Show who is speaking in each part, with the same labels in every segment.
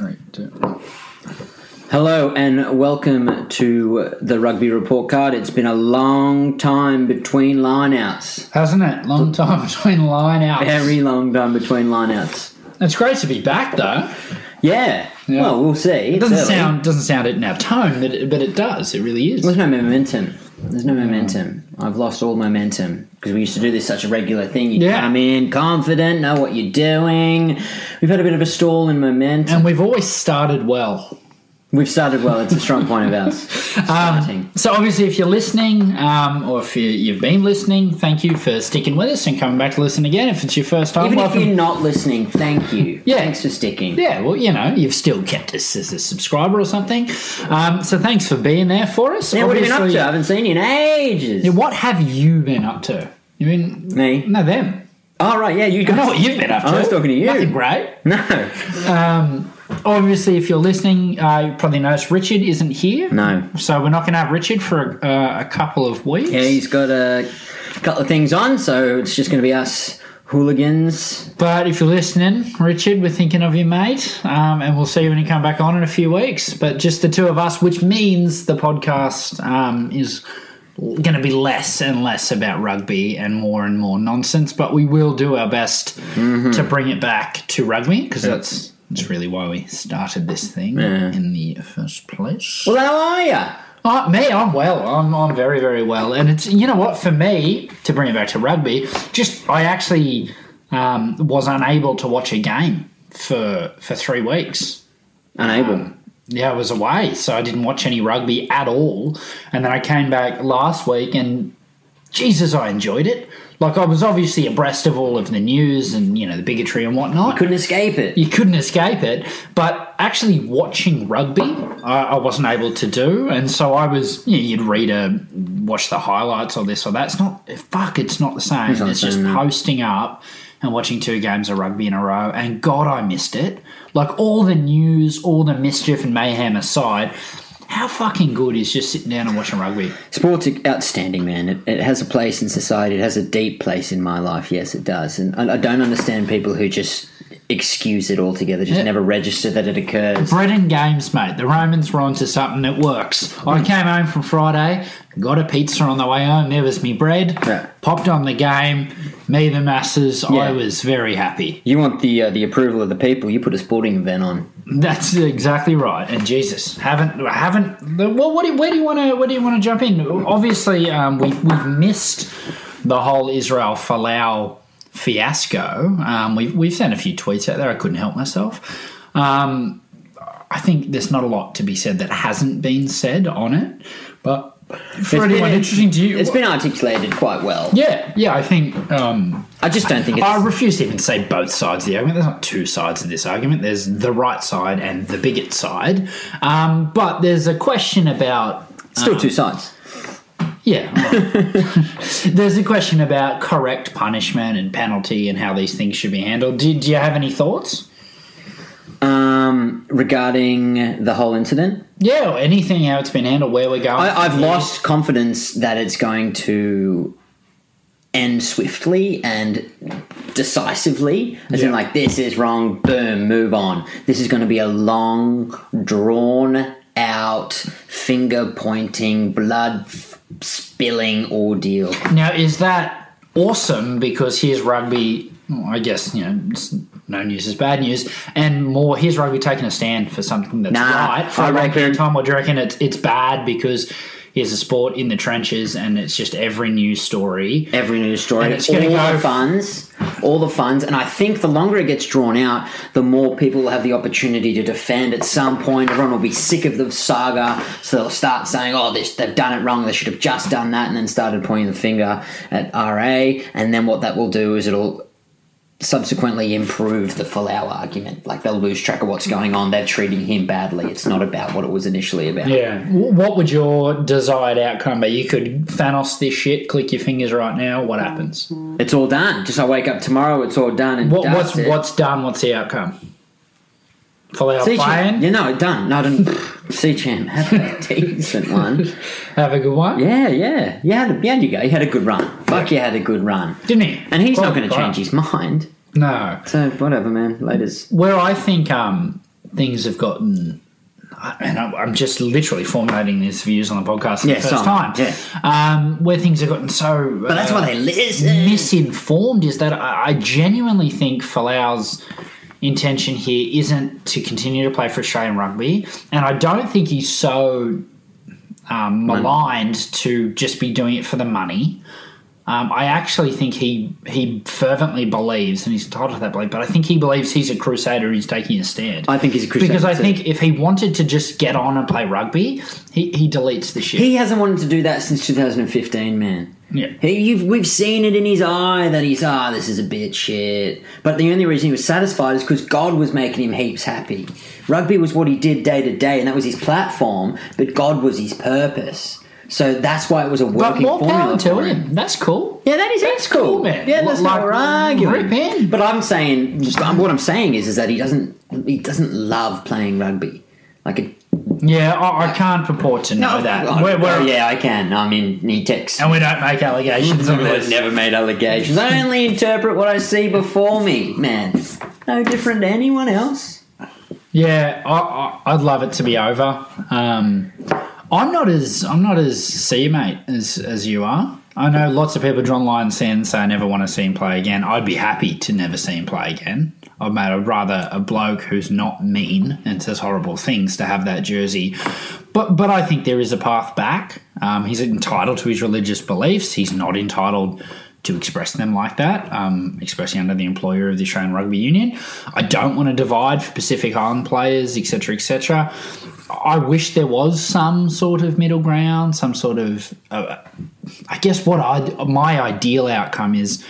Speaker 1: All right. two.
Speaker 2: Hello and welcome to the Rugby Report Card. It's been a long time between lineouts.
Speaker 1: Hasn't it? Long time between line outs.
Speaker 2: Very long time between lineouts.
Speaker 1: It's great to be back though.
Speaker 2: Yeah.
Speaker 1: Yeah.
Speaker 2: Well, we'll see.
Speaker 1: It doesn't sound doesn't sound it in our tone, but it, but it does. It really is.
Speaker 2: There's no momentum. There's no momentum. I've lost all momentum because we used to do this such a regular thing. You
Speaker 1: Yeah.
Speaker 2: come in confident, know what you're doing. We've had a bit of a stall in momentum.
Speaker 1: And we've always started well.
Speaker 2: We've started well. It's a strong point of ours.
Speaker 1: Um,
Speaker 2: Starting.
Speaker 1: So obviously, if you're listening, um, or if you, you've been listening, thank you for sticking with us and coming back to listen again. If it's your first time,
Speaker 2: Even if
Speaker 1: welcome.
Speaker 2: you're not listening, thank you.
Speaker 1: Yeah.
Speaker 2: Thanks for sticking.
Speaker 1: yeah, well, you know, you've still kept us as a subscriber or something. Um, so thanks for being there for us.
Speaker 2: Yeah, what have you been up
Speaker 1: Obviously-
Speaker 2: to? I haven't seen you in ages.
Speaker 1: Yeah, what have you been up to? You mean
Speaker 2: Me?
Speaker 1: No, them.
Speaker 2: Oh, right, yeah, you
Speaker 1: I know
Speaker 2: guys.
Speaker 1: what you've been up to.
Speaker 2: I was talking to you.
Speaker 1: Nothing great.
Speaker 2: No.
Speaker 1: Um, obviously, if you're listening, uh, you probably noticed Richard isn't here.
Speaker 2: No.
Speaker 1: So we're not going to have Richard for a, uh, a couple of weeks.
Speaker 2: Yeah, he's got a couple of things on, so it's just going to be us hooligans.
Speaker 1: But if you're listening, Richard, we're thinking of you, mate. Um, and we'll see you when you come back on in a few weeks. But just the two of us, which means the podcast um, is going to be less and less about rugby and more and more nonsense. But we will do our best
Speaker 2: Mm-hmm.
Speaker 1: to bring it back to rugby because that's. That's really why we started this thing
Speaker 2: Yeah.
Speaker 1: in the first place.
Speaker 2: Well, how are you?
Speaker 1: Uh, me, I'm well. I'm, I'm very, very well. And it's, you know what, for me, to bring it back to rugby, just I actually um, was unable to watch a game for, for three weeks.
Speaker 2: Unable.
Speaker 1: Yeah, I was away, so I didn't watch any rugby at all. And then I came back last week and Jesus, I enjoyed it. Like, I was obviously abreast of all of the news and, you know, the bigotry and whatnot
Speaker 2: Couldn't escape it.
Speaker 1: you couldn't escape it. But actually, watching rugby, I, I wasn't able to do, and so I was. You know, you'd read a, watch the highlights or this or that. It's not fuck. It's not the same. It's,
Speaker 2: not the
Speaker 1: just
Speaker 2: same, no.
Speaker 1: posting up and watching two games of rugby in a row. And God, I missed it. Like all the news, all the mischief and mayhem aside. How fucking good is just sitting down and watching rugby?
Speaker 2: Sports are outstanding, man. It, it has a place in society. It has a deep place in my life. Yes, it does. And I, I don't understand people who just excuse it altogether, just
Speaker 1: Yeah.
Speaker 2: never register that it occurs.
Speaker 1: Bread and games, mate. The Romans were onto something that works. I
Speaker 2: Mm.
Speaker 1: came home from Friday, got a pizza on the way home. There was me bread.
Speaker 2: Yeah.
Speaker 1: Popped on the game. Me the masses. I
Speaker 2: Yeah.
Speaker 1: was very happy.
Speaker 2: You want the uh, the approval of the people. You put a sporting event on.
Speaker 1: That's exactly right. And Jesus, haven't haven't. Well, what do, where do you want to where do you want to jump in? Obviously, um, we we've missed the whole Israel Falau fiasco. Um, we've we've sent a few tweets out there. I couldn't help myself. Um, I think there's not a lot to be said that hasn't been said on it, but. For
Speaker 2: It's
Speaker 1: anyone
Speaker 2: been-
Speaker 1: interesting to you,
Speaker 2: It's been articulated quite well.
Speaker 1: yeah, yeah. I think um,
Speaker 2: I just don't think it's.
Speaker 1: I refuse to even say both sides of the argument. There's not two sides of this argument. There's the right side and the bigot side. Um, but there's a question about
Speaker 2: Still two sides.
Speaker 1: yeah. well, there's a question about correct punishment and penalty and how these things should be handled. Do, do you have any thoughts?
Speaker 2: Um, regarding the whole incident,
Speaker 1: Yeah, or anything how it's been handled, where we're going.
Speaker 2: I, I've lost confidence that it's going to end swiftly and decisively. As in,
Speaker 1: Yeah.
Speaker 2: like this is wrong. Boom, move on. This is going to be a long, drawn out, finger pointing, blood f- spilling ordeal.
Speaker 1: Now, is that awesome? Because here's rugby. well, I guess you know, it's- no news is bad news, and more. Here's rugby taking a stand for something that's
Speaker 2: Nah,
Speaker 1: right for
Speaker 2: I
Speaker 1: a long period
Speaker 2: reckon-
Speaker 1: of time. Or do you reckon it's it's bad because here's a sport in the trenches, and it's just every news story.
Speaker 2: every news story,
Speaker 1: And it's
Speaker 2: all
Speaker 1: gonna go-
Speaker 2: the funds, all the funds, and I think the longer it gets drawn out, the more people will have the opportunity to defend. At some point, everyone will be sick of the saga, so they'll start saying, "Oh, this, they've done it wrong. They should have just done that," and then started pointing the finger at RA. And then what that will do is it'll subsequently improve the Falau argument. Like they'll lose track of what's going on. They're treating him badly. It's not about what it was initially about.
Speaker 1: Yeah. W- What would your desired outcome be? You could Thanos this shit. Click your fingers right now. What happens?
Speaker 2: It's all done. Just I wake up tomorrow. It's all done. And
Speaker 1: What,
Speaker 2: dusted.
Speaker 1: what's what's done? What's the outcome? Follow our
Speaker 2: C
Speaker 1: plan.
Speaker 2: Chan. Yeah, no, done. No, I didn't. C Chan, have a decent one.
Speaker 1: Have a good one.
Speaker 2: Yeah, yeah. You had, a, you had you go. You had a good run. Fuck, you had a good run.
Speaker 1: Didn't he?
Speaker 2: And he's
Speaker 1: Well,
Speaker 2: not going to
Speaker 1: well,
Speaker 2: change his mind.
Speaker 1: No.
Speaker 2: So whatever, man. Laters.
Speaker 1: where I think um, things have gotten. I- And I'm I'm just literally formulating these views on the podcast for
Speaker 2: Yeah,
Speaker 1: the first
Speaker 2: some,
Speaker 1: time.
Speaker 2: yeah.
Speaker 1: Um, where things have gotten so.
Speaker 2: But that's why they listen.
Speaker 1: misinformed is that I, I genuinely think Falau's intention here isn't to continue to play for Australian rugby, and I don't think he's so um, maligned to just be doing it for the money. Um, I actually think he he fervently believes, and he's entitled to that belief. But I think he believes he's a crusader. He's taking a stand.
Speaker 2: I think he's a Christian.
Speaker 1: because I think if he wanted to just get on and play rugby, he, he deletes the shit.
Speaker 2: he hasn't wanted to do that since 2015, man.
Speaker 1: yeah.
Speaker 2: He, you've, we've seen it in his eye that he's ah, this is a bit shit. But the only reason he was satisfied is because God was making him heaps happy. Rugby was what he did day to day, and that was his platform. But God was his purpose, so that's why it was a
Speaker 1: But
Speaker 2: working
Speaker 1: more
Speaker 2: formula
Speaker 1: power to
Speaker 2: for him.
Speaker 1: him. That's cool.
Speaker 2: Yeah, that is
Speaker 1: That's
Speaker 2: that's
Speaker 1: cool,
Speaker 2: cool,
Speaker 1: man.
Speaker 2: Yeah, that's
Speaker 1: Like,
Speaker 2: not arguing.
Speaker 1: rip in.
Speaker 2: But I'm saying, just, I'm- what I'm saying is, is that he doesn't, he doesn't love playing rugby. Like, it,
Speaker 1: Yeah, I, I can't purport to know that.
Speaker 2: God,
Speaker 1: we're, we're,
Speaker 2: oh, yeah, I can. I mean, he texts.
Speaker 1: And we don't make allegations on
Speaker 2: I've
Speaker 1: this.
Speaker 2: never made allegations. I only interpret what I see before me, man. No different to anyone else.
Speaker 1: Yeah, I, I, I'd love it to be over. Um, I'm not as I'm not as see you, mate as as you are. I know lots of people drawn lines saying say I never want to see him play again. I'd be happy to never see him play again. I'd made a rather a bloke who's not mean and says horrible things to have that jersey. But but I think there is a path back. Um, he's entitled to his religious beliefs. He's not entitled to express them like that, um, especially under the employer of the Australian Rugby Union. I don't want to divide for Pacific Island players, etc., etc. I wish there was some sort of middle ground, some sort of, uh, I guess what I my ideal outcome is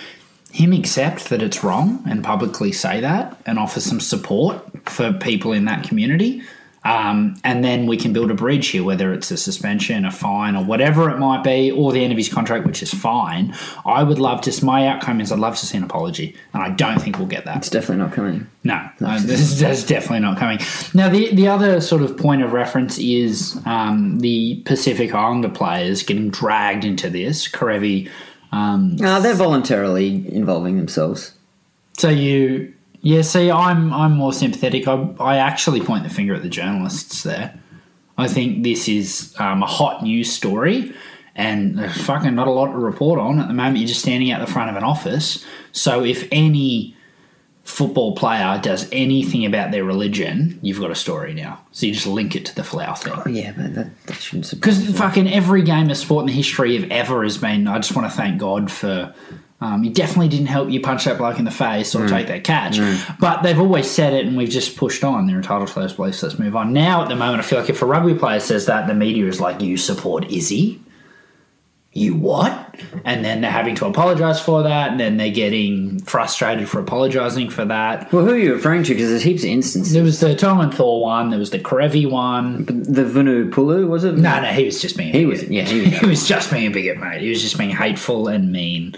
Speaker 1: him accept that it's wrong and publicly say that and offer some support for people in that community. Um, and then we can build a bridge here, whether it's a suspension, a fine, or whatever it might be, or the end of his contract, which is fine. I would love to. My outcome is I'd love to see an apology, and I don't think we'll get that.
Speaker 2: It's definitely not coming.
Speaker 1: No, uh, this is, that's definitely not coming. Now, the the other sort of point of reference is um, the Pacific Islander players getting dragged into this. Karevi. Um,
Speaker 2: No, Uh, they're voluntarily involving themselves.
Speaker 1: so you, yeah. See, I'm I'm more sympathetic. I I actually point the finger at the journalists there. I think this is um, a hot news story, and there's fucking not a lot to report on at the moment. You're just standing out the front of an office. So if any football player does anything about their religion, you've got a story now. So you just link it to the flower thing.
Speaker 2: Yeah, but that, that shouldn't surprise.
Speaker 1: Because fucking every game of sport in the history of ever has been. I just want to thank God for. Um, he definitely didn't help you punch that bloke in the face or take that catch. But they've always said it, and we've just pushed on. They're entitled to those beliefs. Let's move on. Now, at the moment, I feel like if a rugby player says that, the media is like, "You support Izzy." You what? And then they're having to apologise for that, and then they're getting frustrated for apologising for that.
Speaker 2: Well, who are you referring to? Because there's heaps of instances.
Speaker 1: There was the Tom and Thor one. There was the Karevi one.
Speaker 2: The Vanu Pulu was it?
Speaker 1: No, no, he was just being.
Speaker 2: he was. Yeah, he was.
Speaker 1: he was just being a bigot, mate. He was just being hateful and mean.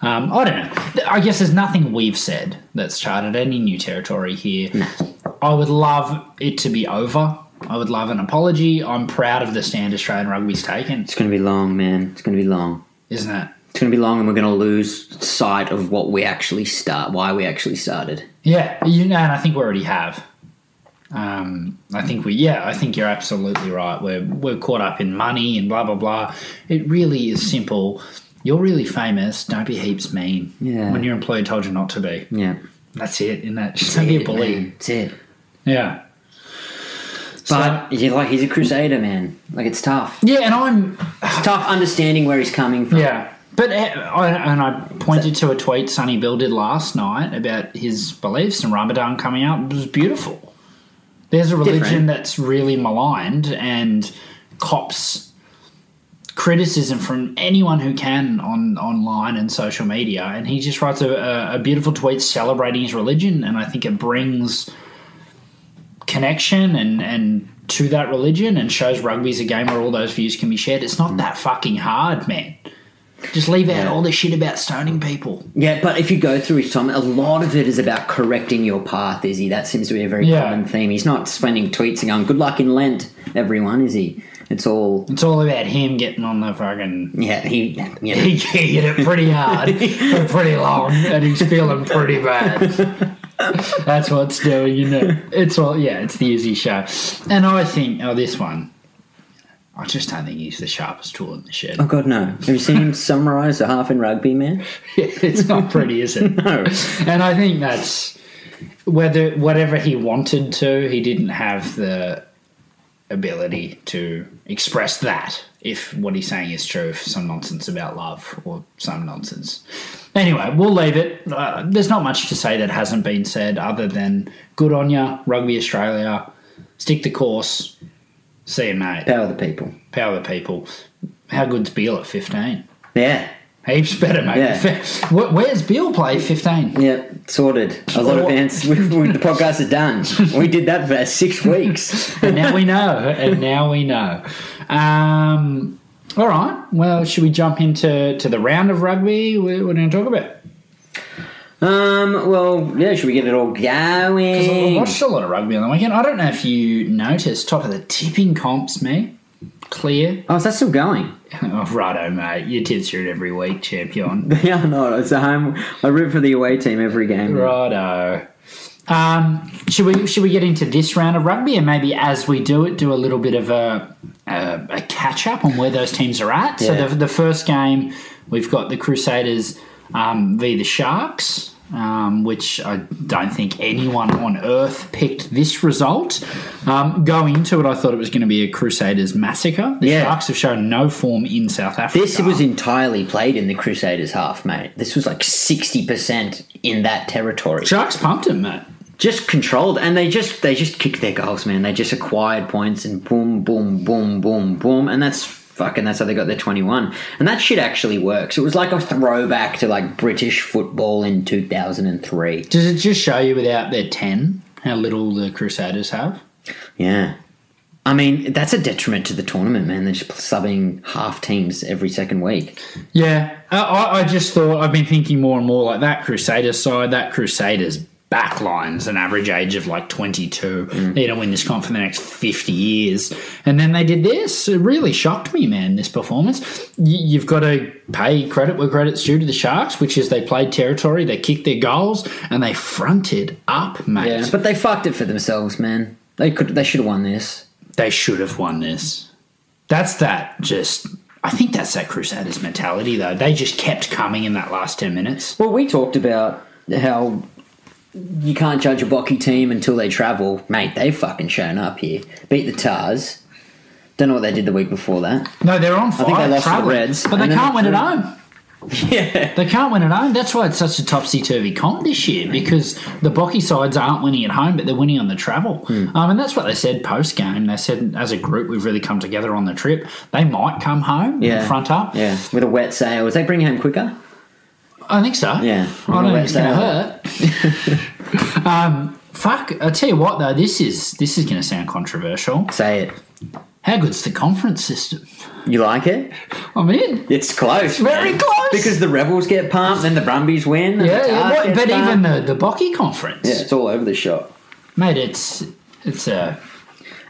Speaker 1: Um, I don't know. I guess there's nothing we've said that's charted any new territory here. I would love it to be over. I would love an apology. I'm proud of the stand Australian rugby's taken,
Speaker 2: It's going to be long, man. It's going to be long.
Speaker 1: isn't it?
Speaker 2: It's going to be long, and we're going to lose sight of what we actually start, why we actually started.
Speaker 1: Yeah, you know, and I think we already have. Um, I think we, yeah, I think you're absolutely right. We're we're caught up in money and blah blah blah. It really is simple. You're really famous. Don't be heaps mean.
Speaker 2: Yeah.
Speaker 1: When your employer told you not to be.
Speaker 2: Yeah,
Speaker 1: That's it. In that, just don't be a bully.
Speaker 2: man. That's it.
Speaker 1: Yeah. So-
Speaker 2: But yeah, like he's a crusader, man. Like it's tough.
Speaker 1: yeah, and I'm
Speaker 2: It's tough understanding where he's coming from.
Speaker 1: yeah. But uh, I, and I pointed to a tweet Sonny Bill did last night about his beliefs and Ramadan coming up. It was beautiful. There's a religion
Speaker 2: Different.
Speaker 1: that's really maligned and cops criticism from anyone who can on online and social media. And he just writes a, a, a beautiful tweet celebrating his religion, and I think it brings connection and and to that religion and shows rugby's a game where all those views can be shared. It's not that fucking hard, man. Just leave out all this shit about stoning people.
Speaker 2: Yeah, but if you go through his time, a lot of it is about correcting your path, is he? That seems to be a very
Speaker 1: Yeah.
Speaker 2: common theme. He's not spending tweets and going, good luck in Lent, everyone, is he? It's all,
Speaker 1: It's all about him getting on the fucking
Speaker 2: yeah, he, you know,
Speaker 1: he hit it pretty hard for pretty long, and he's feeling pretty bad. That's what's doing, you know. It's all yeah, it's the Izzy show. And I think oh this one. I just don't think he's the sharpest tool in the shed.
Speaker 2: Oh God, no! Have you seen him summarise a half in rugby, man?
Speaker 1: it's not pretty, is it?
Speaker 2: No.
Speaker 1: And I think that's whether whatever he wanted to, he didn't have the ability to express that if what he's saying is true, if some nonsense about love or some nonsense. Anyway, we'll leave it. Uh, there's not much to say that hasn't been said other than good on ya, Rugby Australia, stick the course. See you, mate.
Speaker 2: Power the people.
Speaker 1: Power the people. How good's Beal at 15?
Speaker 2: Yeah.
Speaker 1: Heaps better, mate.
Speaker 2: Yeah.
Speaker 1: Where- Where's Beal play 15?
Speaker 2: Yeah, sorted. A lot of ants. We, we, the podcast is done. We did that for six weeks.
Speaker 1: and now we know. And now we know. Um, all right. Well, should we jump into to the round of rugby? What what are we going to talk about?
Speaker 2: Um. Well, yeah. Should we get it all
Speaker 1: I
Speaker 2: going?
Speaker 1: watched a lot of rugby on the weekend. I don't know if you noticed, top of the tipping comps, me. Clear.
Speaker 2: Oh, is that still going?
Speaker 1: Oh, righto, mate. Your tips are it every week, champion.
Speaker 2: Yeah, no. It's a home. I root for the away team every game.
Speaker 1: righto. Um, should we should we get into this round of rugby and maybe as we do it, do a little bit of a a, a catch up on where those teams are at?
Speaker 2: Yeah.
Speaker 1: So the, the first game we've got the Crusaders um, v the Sharks, um, which I don't think anyone on earth picked this result. Um, going into it, I thought it was going to be a Crusaders massacre. The
Speaker 2: Yeah.
Speaker 1: Sharks have shown no form in South Africa.
Speaker 2: This was entirely played in the Crusaders' half, mate. This was like sixty percent in that territory.
Speaker 1: Sharks pumped him, mate.
Speaker 2: Just controlled, and they just they just kicked their goals, man. They just acquired points and boom, boom, boom, boom, boom, and that's fucking that's how they got their twenty-one. And that shit actually works. It was like a throwback to like British football in two thousand and three.
Speaker 1: Does it just show you without their ten how little the Crusaders have?
Speaker 2: Yeah. I mean, that's a detriment to the tournament, man. They're just subbing half teams every second week.
Speaker 1: Yeah, I- I, I just thought I've been thinking more and more like that Crusaders side, that Crusaders back line's an average age of like 22. They're going to win this comp for the next 50 years. And then they did this. It really shocked me, man, this performance. Y- you've got to pay credit where credit's due to the Sharks, which is they played territory, they kicked their goals, and they fronted up, mate.
Speaker 2: But they fucked it for themselves, man. They could they should have won this.
Speaker 1: they should have won this. That's that just. I think that's that Crusaders mentality, though. They just kept coming in that last 10 minutes.
Speaker 2: Well, we talked about how you can't judge a Bocky team until they travel. Mate, they fucking shown up here. Beat the Tars. Don't know what they did the week before that.
Speaker 1: No, they're on fire.
Speaker 2: think they lost to the
Speaker 1: travelling,
Speaker 2: Reds,
Speaker 1: But
Speaker 2: and
Speaker 1: they
Speaker 2: then
Speaker 1: can't
Speaker 2: they
Speaker 1: win at
Speaker 2: threw-
Speaker 1: home. Yeah. They can't win at home. That's why it's such a topsy turvy comp this year because the Bocky sides aren't winning at home, but they're winning on the travel.
Speaker 2: Hmm.
Speaker 1: Um, and that's what they said post game. They said, as a group, we've really come together on the trip. They might come home
Speaker 2: Yeah.
Speaker 1: front up.
Speaker 2: Yeah. With a wet sail. Was they bring home quicker?
Speaker 1: I think so.
Speaker 2: Yeah.
Speaker 1: I don't
Speaker 2: Well,
Speaker 1: think it's gonna
Speaker 2: that's-
Speaker 1: hurt. um, fuck. I tell you what though, this is this is gonna sound controversial.
Speaker 2: Say it.
Speaker 1: How good's the conference system?
Speaker 2: You like it?
Speaker 1: I'm in.
Speaker 2: It's close.
Speaker 1: very
Speaker 2: man.
Speaker 1: close.
Speaker 2: Because the Rebels get pumped, then the Brumbies win. and
Speaker 1: Yeah,
Speaker 2: the
Speaker 1: yeah
Speaker 2: Tars
Speaker 1: what,
Speaker 2: get
Speaker 1: but
Speaker 2: pumped.
Speaker 1: even the the Bocky conference,
Speaker 2: Yeah, it's all over the shop.
Speaker 1: mate. It's it's a.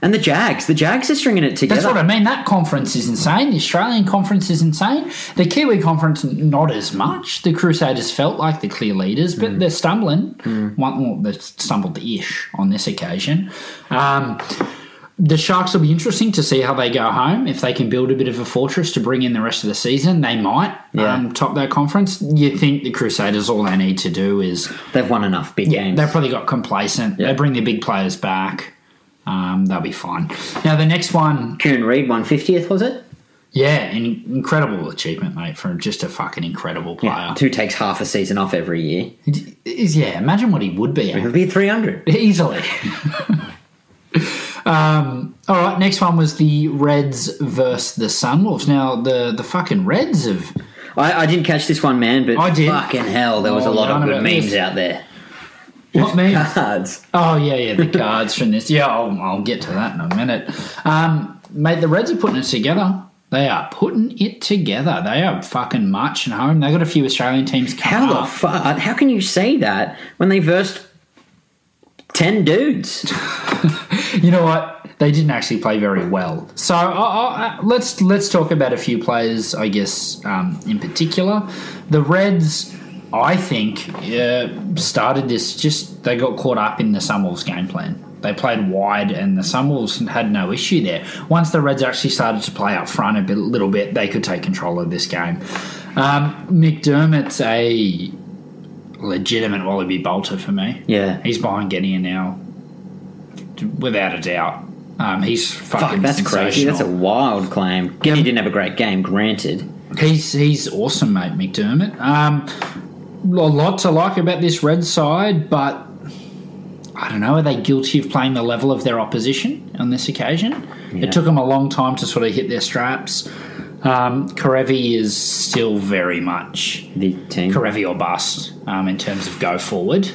Speaker 2: And the Jags. The Jags are stringing it together.
Speaker 1: That's what I mean. That conference is insane. The Australian conference is insane. The Kiwi conference, not as much. The Crusaders felt like the clear leaders, but
Speaker 2: Mm.
Speaker 1: they're stumbling. One, well, they stumbled ish on this occasion. Um, the Sharks will be interesting to see how they go home. If they can build a bit of a fortress to bring in the rest of the season, they might
Speaker 2: Yeah.
Speaker 1: um, top that conference. You think the Crusaders, all they need to do is
Speaker 2: They've won enough big
Speaker 1: yeah,
Speaker 2: games.
Speaker 1: they probably got complacent. They bring their big players back. Um, they'll be fine. Now the next one
Speaker 2: Kieran Reid won 50th, was it?
Speaker 1: yeah, an incredible achievement, mate, for just a fucking incredible player.
Speaker 2: Who takes half a season off every year.
Speaker 1: It is- Yeah, imagine what he would be
Speaker 2: It
Speaker 1: at.
Speaker 2: would be 300.
Speaker 1: easily. um, all right, next one was the Reds versus the Sunwolves. Now the the fucking Reds have
Speaker 2: I, I didn't catch this one, man, but
Speaker 1: I did.
Speaker 2: fucking hell, there was
Speaker 1: Oh,
Speaker 2: a lot
Speaker 1: yarn
Speaker 2: of good
Speaker 1: about
Speaker 2: memes
Speaker 1: this.
Speaker 2: out there.
Speaker 1: what man?
Speaker 2: Cards.
Speaker 1: Oh yeah, yeah, the cards from this. Yeah, I'll, I'll get to that in a minute. Um, mate, the Reds are putting it together. They are putting it together. They are fucking marching home. They got a few Australian teams coming
Speaker 2: How the
Speaker 1: up.
Speaker 2: fuck? uh, How can you say that when they versed 10 dudes?
Speaker 1: You know what? They didn't actually play very well. So uh, uh, uh, let's let's talk about a few players, I guess, um, in particular. The Reds I think, uh, started this just they got caught up in the Sunwolves game plan. They played wide, and the Sunwolves had no issue there. Once the Reds actually started to play up front a bit, little bit, they could take control of this game. Um, McDermott's a legitimate Wallaby bolter for me.
Speaker 2: Yeah.
Speaker 1: He's behind Gideon now, without a doubt. Um, he's fucking
Speaker 2: Fuck, that's crazy.
Speaker 1: sensational.
Speaker 2: That's a wild claim. He didn't have a great game, granted.
Speaker 1: He's he's awesome, mate, McDermott. Um, a lot to like about this red side, but I don't know. Are they guilty of playing the level of their opposition on this occasion?
Speaker 2: Yeah.
Speaker 1: It took them a long time to sort of hit their straps. Um, Karevi is still very much
Speaker 2: The team.
Speaker 1: Karevi or bust um, in terms of go forward.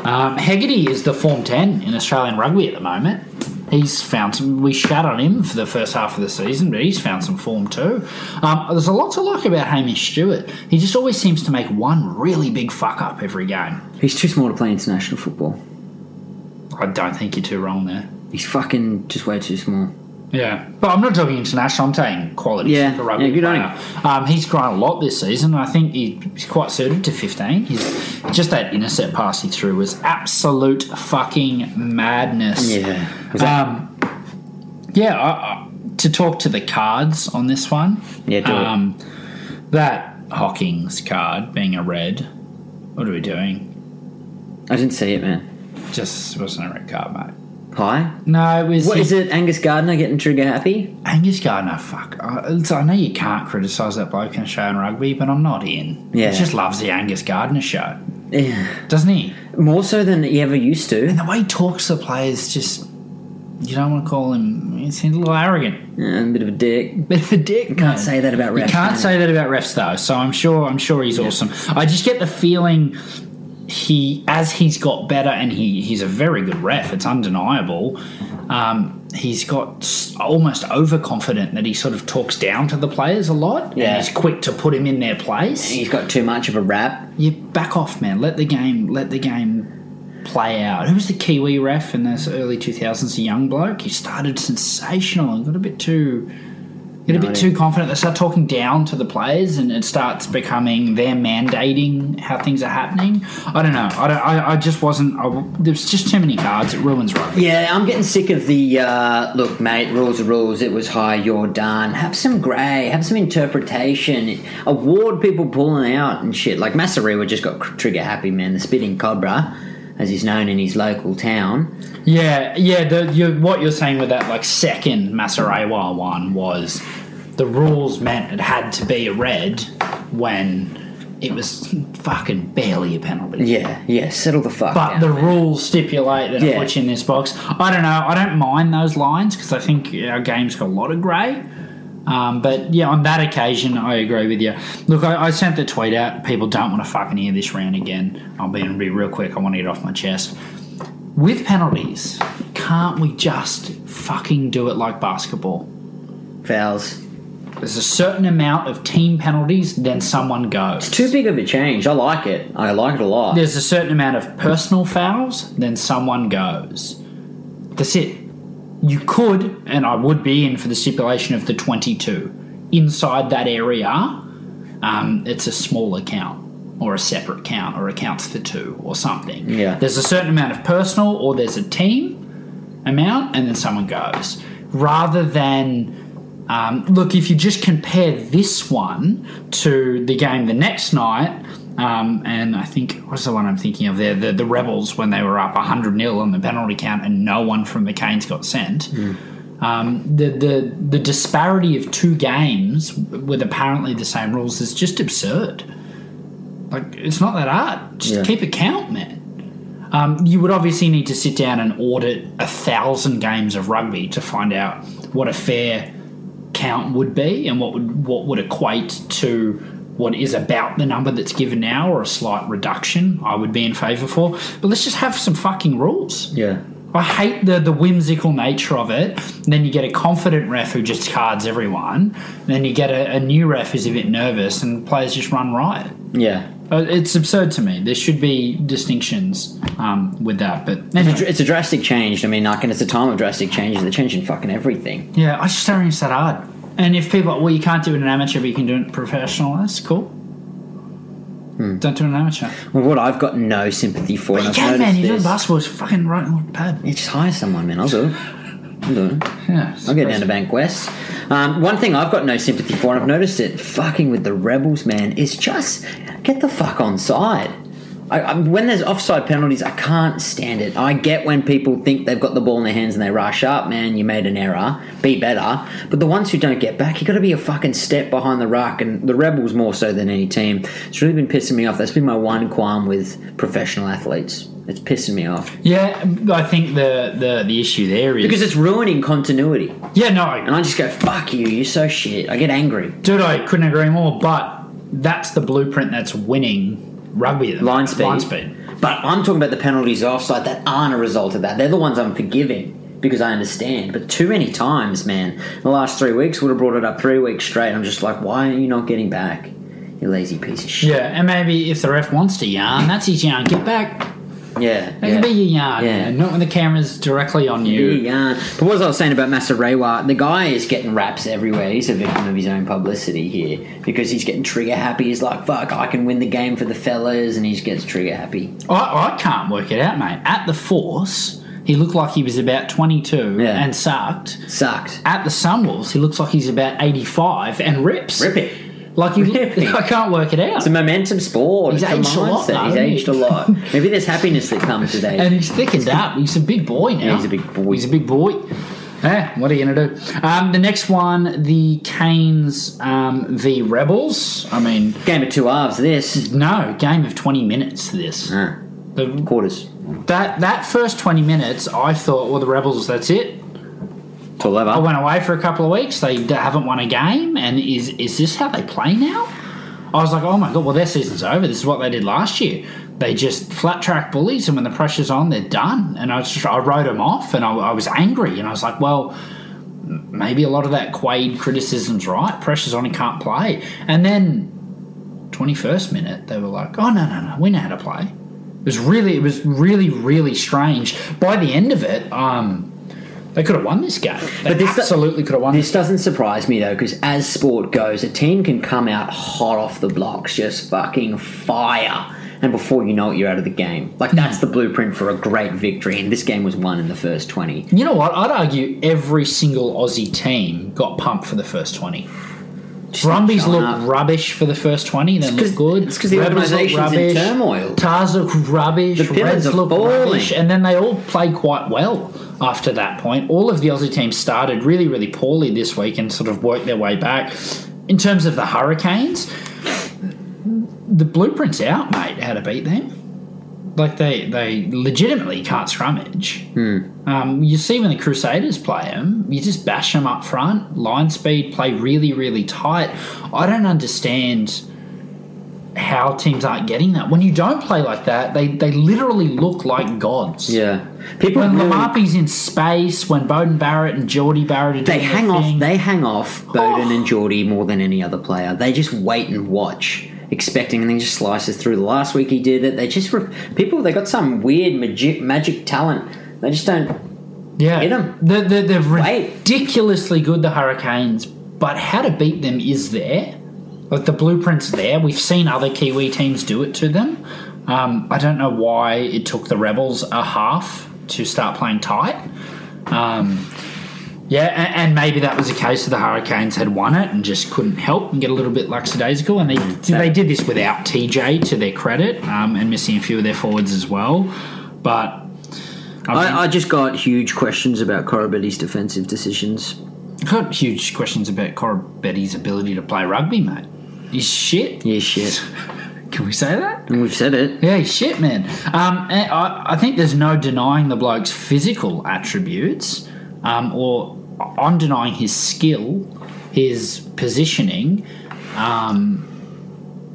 Speaker 1: Um, Hegarty is the form 10 in Australian rugby at the moment. He's found some. We shat on him for the first half of the season, but he's found some form too. Um, there's a lot to like about Hamish Stewart. He just always seems to make one really big fuck up every game.
Speaker 2: He's too small to play international football.
Speaker 1: I don't think you're too wrong there.
Speaker 2: He's fucking just way too small.
Speaker 1: Yeah, but I'm not talking international. I'm talking quality.
Speaker 2: Yeah,
Speaker 1: for rugby
Speaker 2: yeah, good on
Speaker 1: player. Um, he's grown a lot this season. I think he- he's quite suited to 15. He's just that intercept pass he threw was absolute fucking madness.
Speaker 2: Yeah. Was that,
Speaker 1: Um, yeah. I, I, to talk to the cards on this one,
Speaker 2: yeah, do it.
Speaker 1: um, that Hawkins card being a red. What are we doing?
Speaker 2: I didn't see it, man.
Speaker 1: Just wasn't a red card, mate.
Speaker 2: Hi.
Speaker 1: No, it was.
Speaker 2: What is it? Angus Gardner getting trigger happy?
Speaker 1: Angus Gardner, fuck. I, it's- I know you can't criticise that bloke in Australian rugby, but I'm not in.
Speaker 2: Yeah.
Speaker 1: He just loves the Angus Gardner show,
Speaker 2: Yeah.
Speaker 1: doesn't he?
Speaker 2: More so than he ever used to.
Speaker 1: And the way he talks to the players, just. You don't want to call him. He seems a little arrogant.
Speaker 2: Yeah, a bit of a dick.
Speaker 1: Bit of a dick. You
Speaker 2: can't say that about
Speaker 1: You
Speaker 2: refs,
Speaker 1: can't
Speaker 2: can
Speaker 1: say that about refs, though. So I'm sure. I'm sure he's awesome. I just get the feeling he, as he's got better, and he he's a very good ref. It's undeniable. Um, he's got s- almost overconfident that he sort of talks down to the players a lot.
Speaker 2: Yeah.
Speaker 1: and he's quick to put him in their place.
Speaker 2: He's got too much of a rap.
Speaker 1: You back off, man. Let the game. Let the game. Play out. Who was the Kiwi ref in this early two thousands? A young bloke. He started sensational and got a bit too get a
Speaker 2: No
Speaker 1: bit
Speaker 2: idea.
Speaker 1: too confident. They start talking down to the players, and it starts becoming they're mandating how things are happening. I don't know. I don't, I, I just wasn't. I, w- there's just too many cards. It ruins rugby.
Speaker 2: Yeah, I'm getting sick of the uh, look, mate. Rules are rules. It was high. You're done. Have some grey. Have some interpretation. Award people pulling out and shit. Like Masarewa just got cr- trigger happy, man. The spitting cobra, as he's known in his local town.
Speaker 1: Yeah, yeah. The, you, what you're saying with that, like second Masarewa one, was the rules meant it had to be a red when it was fucking barely a penalty.
Speaker 2: Yeah, yeah. Settle the fuck.
Speaker 1: But
Speaker 2: down.
Speaker 1: the rules stipulate that
Speaker 2: Yeah.
Speaker 1: yeah. what's in this box. I don't know. I don't mind those lines because I think our game's got a lot of grey. Um, but yeah, on that occasion, I agree with you. Look, I, I sent the tweet out. People don't want to fucking hear this round again. I'll be, be real quick. I want to get it off my chest. With penalties, can't we just fucking do it like basketball?
Speaker 2: fouls.
Speaker 1: There's a certain amount of team penalties, then someone goes.
Speaker 2: Too big of a change. I like it. I like it a lot.
Speaker 1: There's a certain amount of personal fouls, then someone goes. That's it. You could, and I would be in for the stipulation of the 22. Inside that area, um, it's a smaller count or a separate count or accounts for two or something.
Speaker 2: Yeah.
Speaker 1: There's a certain amount of personal or there's a team amount and then someone goes. Rather than. Um, look, if you just compare this one to the game the next night, um, and I think what's the one I'm thinking of there? The, the Rebels when they were up 100 0 on the penalty count, and no one from the Canes got sent. Um, the, the the disparity of two games with apparently the same rules is just absurd. Like it's not that hard. Just
Speaker 2: Yeah.
Speaker 1: keep a count, man. Um, you would obviously need to sit down and audit a thousand games of rugby to find out what a fair count would be and what would what would equate to what is about the number that's given now or a slight reduction I would be in favour for. But let's just have some fucking rules.
Speaker 2: yeah.
Speaker 1: I hate the the whimsical nature of it. And then you get a confident ref who just cards everyone. And then you get a, a new ref who's a bit nervous and players just run riot.
Speaker 2: Yeah.
Speaker 1: Uh, It's absurd to me. There should be distinctions um, with that. But anyway.
Speaker 2: It's a, it's a drastic change. I mean, like, and it's a time of drastic changes. They're changing fucking everything.
Speaker 1: Yeah, I just don't think it's that hard. And if people, well, you can't do it in amateur, but you can do it in professional. That's cool.
Speaker 2: Hmm.
Speaker 1: Don't do an amateur.
Speaker 2: Well, what I've got no sympathy for. and I've
Speaker 1: Yeah, man,
Speaker 2: noticed
Speaker 1: you're doing
Speaker 2: this-
Speaker 1: basketball is fucking right on the pad.
Speaker 2: You just hire someone, man. I'll do it. I'll do it.
Speaker 1: Yeah,
Speaker 2: I'll get down to Bank West. Um, one thing I've got no sympathy for, and I've noticed it fucking with the Rebels, man, is just get the fuck on side. I, I, when there's offside penalties, I can't stand it. I get when people think they've got the ball in their hands and they rush up, man, you made an error, be better. But the ones who don't get back, you got to be a fucking step behind the ruck, and the Rebels more so than any team. It's really been pissing me off. That's been my one qualm with professional athletes. It's pissing me off
Speaker 1: Yeah, I think the, the, the issue there is
Speaker 2: because it's ruining continuity.
Speaker 1: yeah, no,
Speaker 2: And I just go, fuck you, you're so shit. I get angry.
Speaker 1: dude, I couldn't agree more. But that's the blueprint that's winning rugby. at the
Speaker 2: Line
Speaker 1: moment.
Speaker 2: speed.
Speaker 1: line speed.
Speaker 2: But I'm talking about the penalties offside that aren't a result of that. They're the ones I'm forgiving because I understand. But too many times, man, the last three weeks would have brought it up three weeks straight. I'm just like, why are you not getting back? You lazy piece of shit.
Speaker 1: Yeah, and maybe if the ref wants to yarn, that's his yarn. Get back.
Speaker 2: Yeah.
Speaker 1: That
Speaker 2: yeah.
Speaker 1: can be your yarn.
Speaker 2: Yeah.
Speaker 1: Yeah. Not when the camera's directly on you.
Speaker 2: Yeah, but what was I was saying about Masarewa? The guy is getting raps everywhere. He's a victim of his own publicity here because he's getting trigger happy. He's like, "Fuck, I can win the game for the fellas," and he just gets trigger happy.
Speaker 1: I, I can't work it out, mate. At the force, he looked like he was about 22
Speaker 2: Yeah.
Speaker 1: and sucked.
Speaker 2: Sucks.
Speaker 1: At the Sunwolves, he looks like he's about 85 and rips.
Speaker 2: Rip it.
Speaker 1: Like he,
Speaker 2: Ripping.
Speaker 1: I can't work it out.
Speaker 2: It's a momentum sport.
Speaker 1: He's
Speaker 2: it's
Speaker 1: aged a lot,
Speaker 2: mindset.
Speaker 1: though,
Speaker 2: He's
Speaker 1: hasn't he?
Speaker 2: aged a lot. Maybe there's happiness that comes today.
Speaker 1: and he's thickened up. He's a big boy now.
Speaker 2: Yeah, he's a big boy.
Speaker 1: He's a big boy. Yeah, what are you gonna do? Um, the next one, the Canes um, v Rebels. I mean,
Speaker 2: Game of two halves. This
Speaker 1: no game of twenty minutes. This
Speaker 2: Huh.
Speaker 1: The-
Speaker 2: quarters
Speaker 1: that that first twenty minutes, I thought, well, the Rebels. That's it.
Speaker 2: till
Speaker 1: I
Speaker 2: over.
Speaker 1: went away for a couple of weeks. They d- haven't won a game, and is is this how they play now? I was like, oh my god, well their season's over. This is what they did last year. They just flat track bullies, and when the pressure's on, they're done. And I just I wrote them off, and I, I was angry, and I was like, well, m- maybe a lot of that Quade criticism's right. Pressure's on, he can't play. And then. 21st minute they were like oh no no no we know how to play it was really it was really really strange by the end of it um they could have won this game. They
Speaker 2: But this-
Speaker 1: absolutely could have won this.
Speaker 2: This doesn't surprise me though, because as sport goes, a team can come out hot off the blocks, just fucking fire, and before you know it, you're out of the game. Like that's the blueprint for a great victory, and this game was won in the first twenty.
Speaker 1: You know what? I'd argue every single Aussie team got pumped for the first 20.
Speaker 2: Just
Speaker 1: Brumbies
Speaker 2: showing
Speaker 1: looked
Speaker 2: up.
Speaker 1: rubbish for the first 20, then looked
Speaker 2: 'cause-
Speaker 1: good.
Speaker 2: it's 'cause the
Speaker 1: Rebels looked
Speaker 2: organisation's in turmoil.
Speaker 1: Tars looked rubbish.
Speaker 2: The pillars
Speaker 1: Reds
Speaker 2: are
Speaker 1: looked
Speaker 2: falling.
Speaker 1: rubbish. And then they all played quite well after that point. All of the Aussie teams started really, really poorly this week and sort of worked their way back. In terms of the Hurricanes, the blueprint's out, mate, how to beat them. Like they, they legitimately can't scrummage.
Speaker 2: Hmm.
Speaker 1: Um, you see when the Crusaders play them, you just bash them up front. Line speed, play really, really tight. I don't understand how teams aren't getting that. When you don't play like that, they, they literally look like gods.
Speaker 2: Yeah, people
Speaker 1: When
Speaker 2: really-
Speaker 1: Lamapi's in space, when Bowden Barrett and Geordie Barrett are doing
Speaker 2: They
Speaker 1: their
Speaker 2: hang off.
Speaker 1: thing,
Speaker 2: They hang off Bowden
Speaker 1: Oh.
Speaker 2: and Geordie more than any other player. They just wait and watch, expecting, and then just slices through. The last week he did it. They just re- people. They got some weird magic, magic talent. They just don't.
Speaker 1: yeah,
Speaker 2: hit 'em.
Speaker 1: They're, they're, they're
Speaker 2: Wait.
Speaker 1: ridiculously good, the Hurricanes, but how to beat them is there. Like the blueprint's there. We've seen other Kiwi teams do it to them. Um, I don't know why it took the Rebels a half to start playing tight. Um, yeah, and, and maybe that was a case of the Hurricanes had won it and just couldn't help and get a little bit lackadaisical. And they
Speaker 2: Mm,
Speaker 1: they did this without TJ to their credit um, and missing a few of their forwards as well. But mean-
Speaker 2: I, I just got huge questions about Corabetti's defensive decisions.
Speaker 1: got huge questions about Corabetti's ability to play rugby, mate. He's shit.
Speaker 2: Yeah, shit.
Speaker 1: Can we say that?
Speaker 2: And we've said it.
Speaker 1: Yeah, he's shit, man. Um, and I, I think there's no denying the bloke's physical attributes, um, or I'm denying his skill, his positioning, um,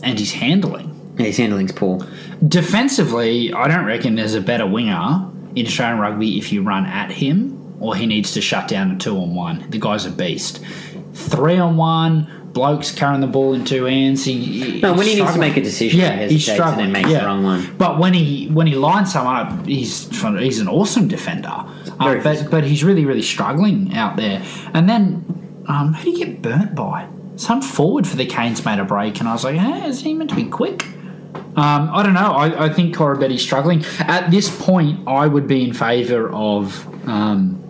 Speaker 1: and his handling.
Speaker 2: Yeah, his handling's poor.
Speaker 1: Defensively, I don't reckon there's a better winger in Australian rugby if you run at him or he needs to shut down a two on one. The guy's a beast. Three on one, blokes carrying the ball in two hands. He, he-
Speaker 2: No, when
Speaker 1: he's
Speaker 2: he needs to
Speaker 1: struggling.
Speaker 2: make a decision, he
Speaker 1: yeah, he's
Speaker 2: hesitates and
Speaker 1: struggling.
Speaker 2: then makes
Speaker 1: yeah.
Speaker 2: the wrong one.
Speaker 1: But when he when he lines someone up, he's he's an awesome defender.
Speaker 2: Very
Speaker 1: Uh, but, but he's really really struggling out there. And then um, who do you get burnt by? Some forward for the Canes made a break, and I was like, hey, is he meant to be quick? Um, I don't know. I, I think Corabetti's struggling. At this point, I would be in favour of um,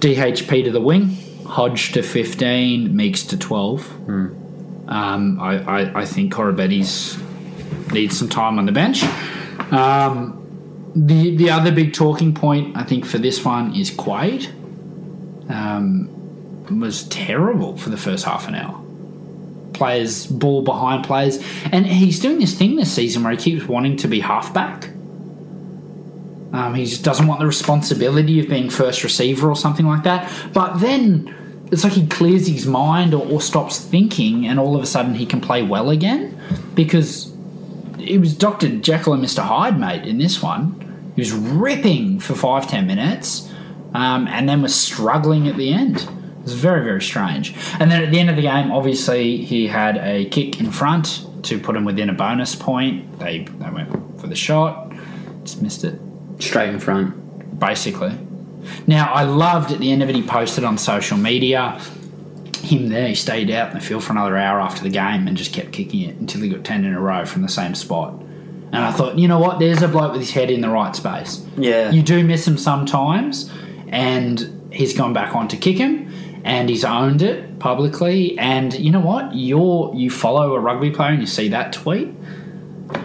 Speaker 1: DHP to the wing, Hodge to 15, Meeks to 12. Um, I, I, I think Corabetti's needs some time on the bench. Um, the, the other big talking point, I think, for this one is Quaid. Um, was terrible for the first half an hour players, ball behind players. And he's doing this thing this season where he keeps wanting to be halfback. Um, he just doesn't want the responsibility of being first receiver or something like that. But then it's like he clears his mind or, or stops thinking, and all of a sudden he can play well again because it was Dr. Jekyll and Mr. Hyde, mate, in this one. He was ripping for five, ten minutes um, and then was struggling at the end. It was very, very strange. And then at the end of the game, obviously, he had a kick in front to put him within a bonus point. They, they went for the shot, just missed it,
Speaker 2: Straight in front.
Speaker 1: basically. Now, I loved at the end of it, he posted on social media him there. He stayed out in the field for another hour after the game and just kept kicking it until he got 10 in a row from the same spot. And I thought, you know what? There's a bloke with his head in the right space.
Speaker 2: Yeah.
Speaker 1: You do miss him sometimes, and he's gone back on to kick him, and he's owned it publicly. And you know what? You're you follow a rugby player and you see that tweet.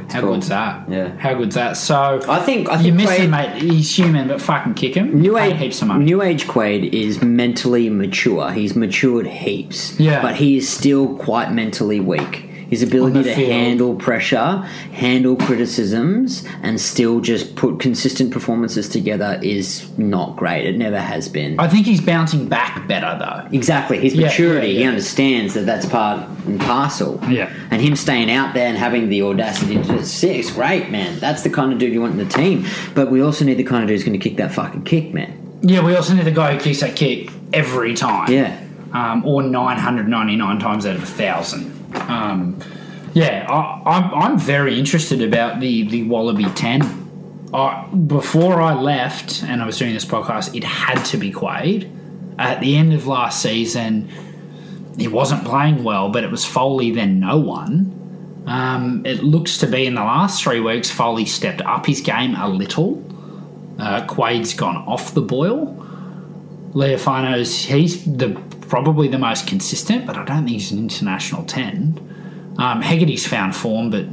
Speaker 1: How
Speaker 2: cool.
Speaker 1: good's that?
Speaker 2: Yeah.
Speaker 1: How good's that? So
Speaker 2: I think I think
Speaker 1: you miss
Speaker 2: Quaid-
Speaker 1: him, mate. He's human, but fucking kick him.
Speaker 2: New
Speaker 1: Pay
Speaker 2: Age,
Speaker 1: heaps of money.
Speaker 2: New Age Quaid is mentally mature. He's matured heaps.
Speaker 1: Yeah.
Speaker 2: But he is still quite mentally weak. His
Speaker 1: the
Speaker 2: ability to
Speaker 1: field.
Speaker 2: handle pressure, handle criticisms, and still just put consistent performances together is not great. It never has been.
Speaker 1: I think he's bouncing back better though.
Speaker 2: Exactly, his
Speaker 1: Yeah,
Speaker 2: maturity.
Speaker 1: yeah, yeah.
Speaker 2: He understands that that's part and parcel.
Speaker 1: Yeah.
Speaker 2: and him staying out there and having the audacity to just six, great man. That's the kind of dude you want in the team. But we also need the kind of dude who's going to kick that fucking kick, man.
Speaker 1: Yeah, we also need the guy who kicks that kick every time.
Speaker 2: Yeah,
Speaker 1: um, or 999 times out of a thousand. Um, yeah, I, I'm, I'm very interested about the, the Wallaby 10. I, before I left and I was doing this podcast, it had to be Quaid. At the end of last season, he wasn't playing well, but it was Foley, then no one. Um, it looks to be in the last three weeks, Foley stepped up his game a little. Uh, Quaid's gone off the boil. Leofano's he's the probably the most consistent, but I don't think he's an international ten. Um, Hegarty's found form, but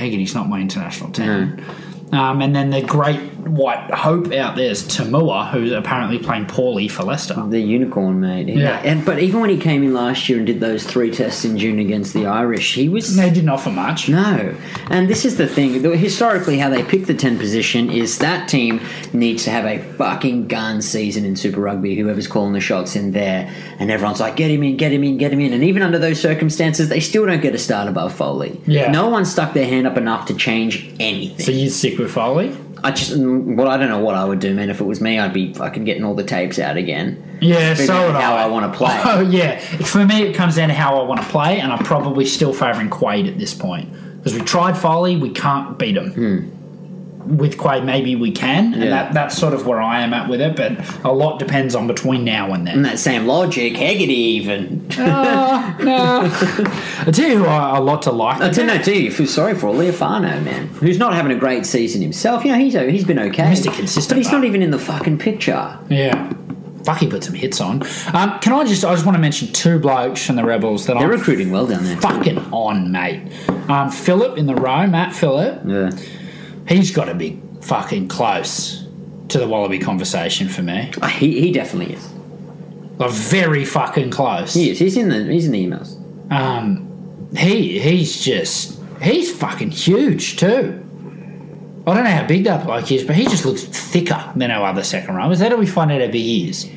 Speaker 1: Hegarty's not my international ten. Um, and then the great white hope out there is Tamua, who's apparently playing poorly for Leicester.
Speaker 2: the unicorn, mate. He-
Speaker 1: Yeah.
Speaker 2: and but even when he came in last year and did those three tests in June against the Irish, he was
Speaker 1: They didn't offer much.
Speaker 2: No. And this is the thing. though, Historically, how they pick the 10 position is that team needs to have a fucking gun season in Super Rugby, whoever's calling the shots in there. And everyone's like, get him in, get him in, get him in. And even under those circumstances, they still don't get a start above Foley.
Speaker 1: Yeah.
Speaker 2: No one stuck their hand up enough to change anything.
Speaker 1: So you'd stick with Foley?
Speaker 2: I just, mm, well, I don't know what I would do, man. If it was me, I'd be fucking getting all the tapes out again.
Speaker 1: Yeah,
Speaker 2: Figure
Speaker 1: so
Speaker 2: out
Speaker 1: would
Speaker 2: how
Speaker 1: I.
Speaker 2: I want to play.
Speaker 1: Oh yeah, for me it comes down to how I want to play, and I'm probably still favouring Quade at this point because we tried Foley, we can't beat him. With Quade, maybe we can, and
Speaker 2: Hmm. Yeah.
Speaker 1: that, that's sort of where I am at with it. But a lot depends on between now and then.
Speaker 2: And that same logic, Hegarty even.
Speaker 1: Uh, no. I tell you, who I, a lot to like.
Speaker 2: I don't know, do you feel sorry for Leofano, man, who's not having a great season himself? You know, he's he's been okay,
Speaker 1: Mr. Consistent,
Speaker 2: but he's not
Speaker 1: though.
Speaker 2: even in the fucking picture.
Speaker 1: Yeah. Fuck, he put some hits on. Um, can I just? I just want to mention two blokes from the Rebels that
Speaker 2: They're
Speaker 1: I'm
Speaker 2: recruiting well down there.
Speaker 1: fucking on, mate. Um, Philip in the row, Matt Phillip.
Speaker 2: Yeah.
Speaker 1: he's got to be fucking close to the Wallaby conversation for me.
Speaker 2: Uh, He, he definitely is.
Speaker 1: Like very fucking close.
Speaker 2: He is. He's in the he's in the emails.
Speaker 1: Um, he he's just he's fucking huge too. I don't know how big that bloke is, but he just looks thicker than our other second rowers. How do we find out how big he is?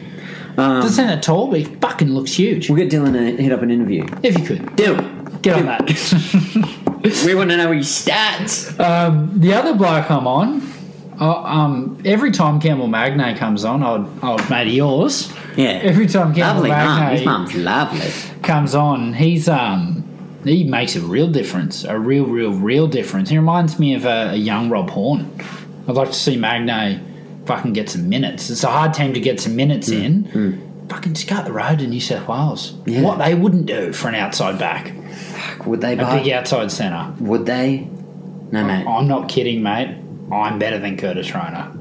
Speaker 1: Doesn't sound that tall, but he fucking looks huge.
Speaker 2: We'll get Dylan to hit up an interview.
Speaker 1: If you could
Speaker 2: Dylan,
Speaker 1: get on that.
Speaker 2: we want to know his stats.
Speaker 1: um, the other bloke I'm on. Uh, um, every time Campbell Magne comes on, old old mate of yours.
Speaker 2: Yeah.
Speaker 1: Every time Campbell
Speaker 2: lovely mum.
Speaker 1: Magne
Speaker 2: His mum's lovely.
Speaker 1: comes on, he's um he makes a real difference, a real, real, real difference. He reminds me of a, a young Rob Horn. I'd like to see Magne fucking get some minutes. It's a hard team to get some minutes in. Fucking just go out the road in New South Wales.
Speaker 2: Mm, Yeah.
Speaker 1: What they wouldn't do for an outside back,
Speaker 2: Would they
Speaker 1: a big
Speaker 2: buy?
Speaker 1: outside centre.
Speaker 2: Would they? No, mate.
Speaker 1: I'm not kidding, mate. I'm better than Curtis Rona.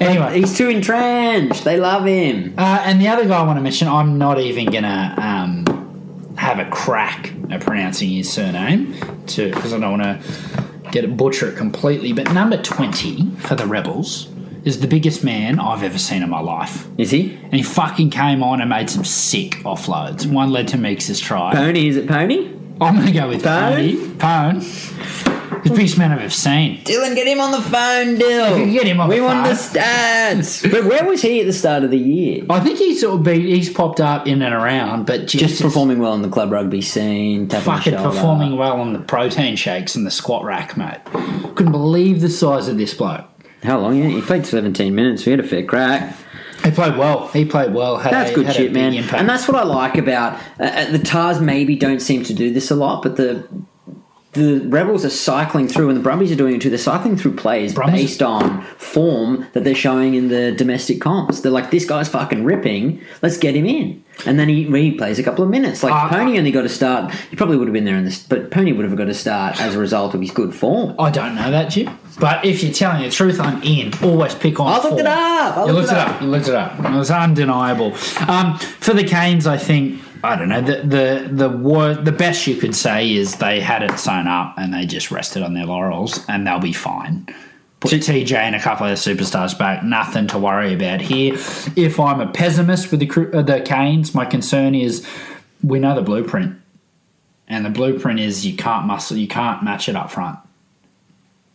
Speaker 1: anyway,
Speaker 2: He's too entrenched. They love him.
Speaker 1: Uh, and the other guy I want to mention, I'm not even going to um, have a crack at pronouncing his surname to because I don't want to get it, butcher it completely. But number 20 for the Rebels is the biggest man I've ever seen in my life.
Speaker 2: Is he?
Speaker 1: And he fucking came on and made some sick offloads. One led to Meeks' try.
Speaker 2: Pony? Is it Pony?
Speaker 1: I'm going to go with
Speaker 2: Pone?
Speaker 1: Pony. Pone. He's the biggest man I've ever seen.
Speaker 2: Dylan, get him on the phone, Dill.
Speaker 1: you get him on
Speaker 2: we
Speaker 1: the
Speaker 2: want
Speaker 1: phone.
Speaker 2: the stats. but where was he at the start of the year?
Speaker 1: I think he's sort of been, he's popped up in and around, but
Speaker 2: Just
Speaker 1: Jesus.
Speaker 2: performing well in the club rugby scene. Tapping the
Speaker 1: fucking
Speaker 2: shoulder.
Speaker 1: performing well on the protein shakes and the squat rack, mate. Couldn't believe the size of this bloke.
Speaker 2: How long? Yeah, he played 17 minutes. We had a fair crack.
Speaker 1: He played well. He played well. Had
Speaker 2: That's
Speaker 1: a,
Speaker 2: good
Speaker 1: had a
Speaker 2: shit,
Speaker 1: big
Speaker 2: man.
Speaker 1: Impact.
Speaker 2: And that's what I like about uh, uh, the Tars. Maybe don't seem to do this a lot, but the the Rebels are cycling through, and the Brumbies are doing it too. They're cycling through plays
Speaker 1: Brumbies-
Speaker 2: based on form that they're showing in the domestic comps. They're like, this guy's fucking ripping. Let's get him in, and then he, he plays a couple of minutes. Like
Speaker 1: Uh,
Speaker 2: Pony only got a start. He probably would have been there in this, but Pony would have got a start as a result of his good form.
Speaker 1: I don't know that, Jim. But if you're telling the truth, I'm in. Always pick on.
Speaker 2: I looked
Speaker 1: form.
Speaker 2: it up. I
Speaker 1: you looked it up. You looked it up. It was undeniable. Um, for the Canes, I think I don't know the the the wor- the best you could say is they had it sewn up and they just rested on their laurels and they'll be fine. Put TJ and a couple of their superstars back. Nothing to worry about here. If I'm a pessimist with the Cru- uh, the Canes, my concern is we know the blueprint, and the blueprint is you can't muscle, you can't match it up front.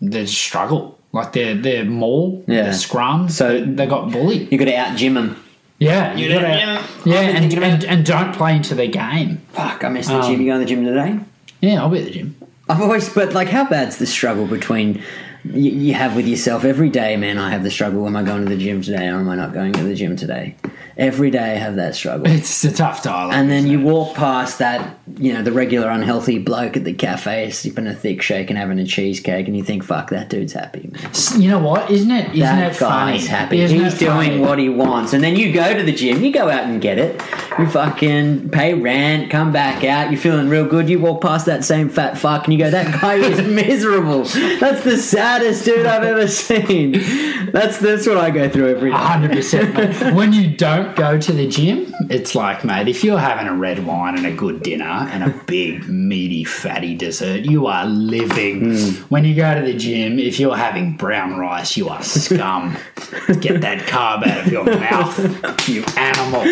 Speaker 1: They just struggle. Like they're they're maul,
Speaker 2: Yeah.
Speaker 1: they're scrum,
Speaker 2: So-
Speaker 1: so they got bullied.
Speaker 2: You got to out gym him.
Speaker 1: Yeah, you
Speaker 2: Yeah,
Speaker 1: gotta,
Speaker 2: yeah.
Speaker 1: yeah,
Speaker 2: I've been
Speaker 1: and,
Speaker 2: thinking about
Speaker 1: and, and don't play into their game.
Speaker 2: Fuck, I missed the
Speaker 1: Um,
Speaker 2: gym. You going to the gym today?
Speaker 1: Yeah, I'll be at the gym.
Speaker 2: I've always, but like, how bad's the struggle between you, you have with yourself every day? Man, I have the struggle. Am I going to the gym today, or am I not going to the gym today? Every day, I have that struggle.
Speaker 1: It's a tough dialogue.
Speaker 2: And then you walk past that, you know, the regular unhealthy bloke at the cafe sipping a thick shake and having a cheesecake, and you think, "Fuck, that dude's happy. Man.
Speaker 1: you know what? Isn't it? Isn't
Speaker 2: That
Speaker 1: it funny?
Speaker 2: guy's happy.
Speaker 1: Isn't
Speaker 2: He's
Speaker 1: it
Speaker 2: doing
Speaker 1: funny?
Speaker 2: what he wants." And then you go to the gym, you go out and get it. You fucking pay rent, come back out. You're feeling real good. You walk past that same fat fuck, and you go, "That guy is miserable. That's the saddest dude I've ever seen." That's that's what I go through every day.
Speaker 1: hundred percent. mate. When you don't go to the gym, it's like, mate, if you're having a red wine and a good dinner and a big meaty fatty dessert, you are living. When you go to the gym, if you're having brown rice, you are scum. Get that carb out of your mouth, you animal.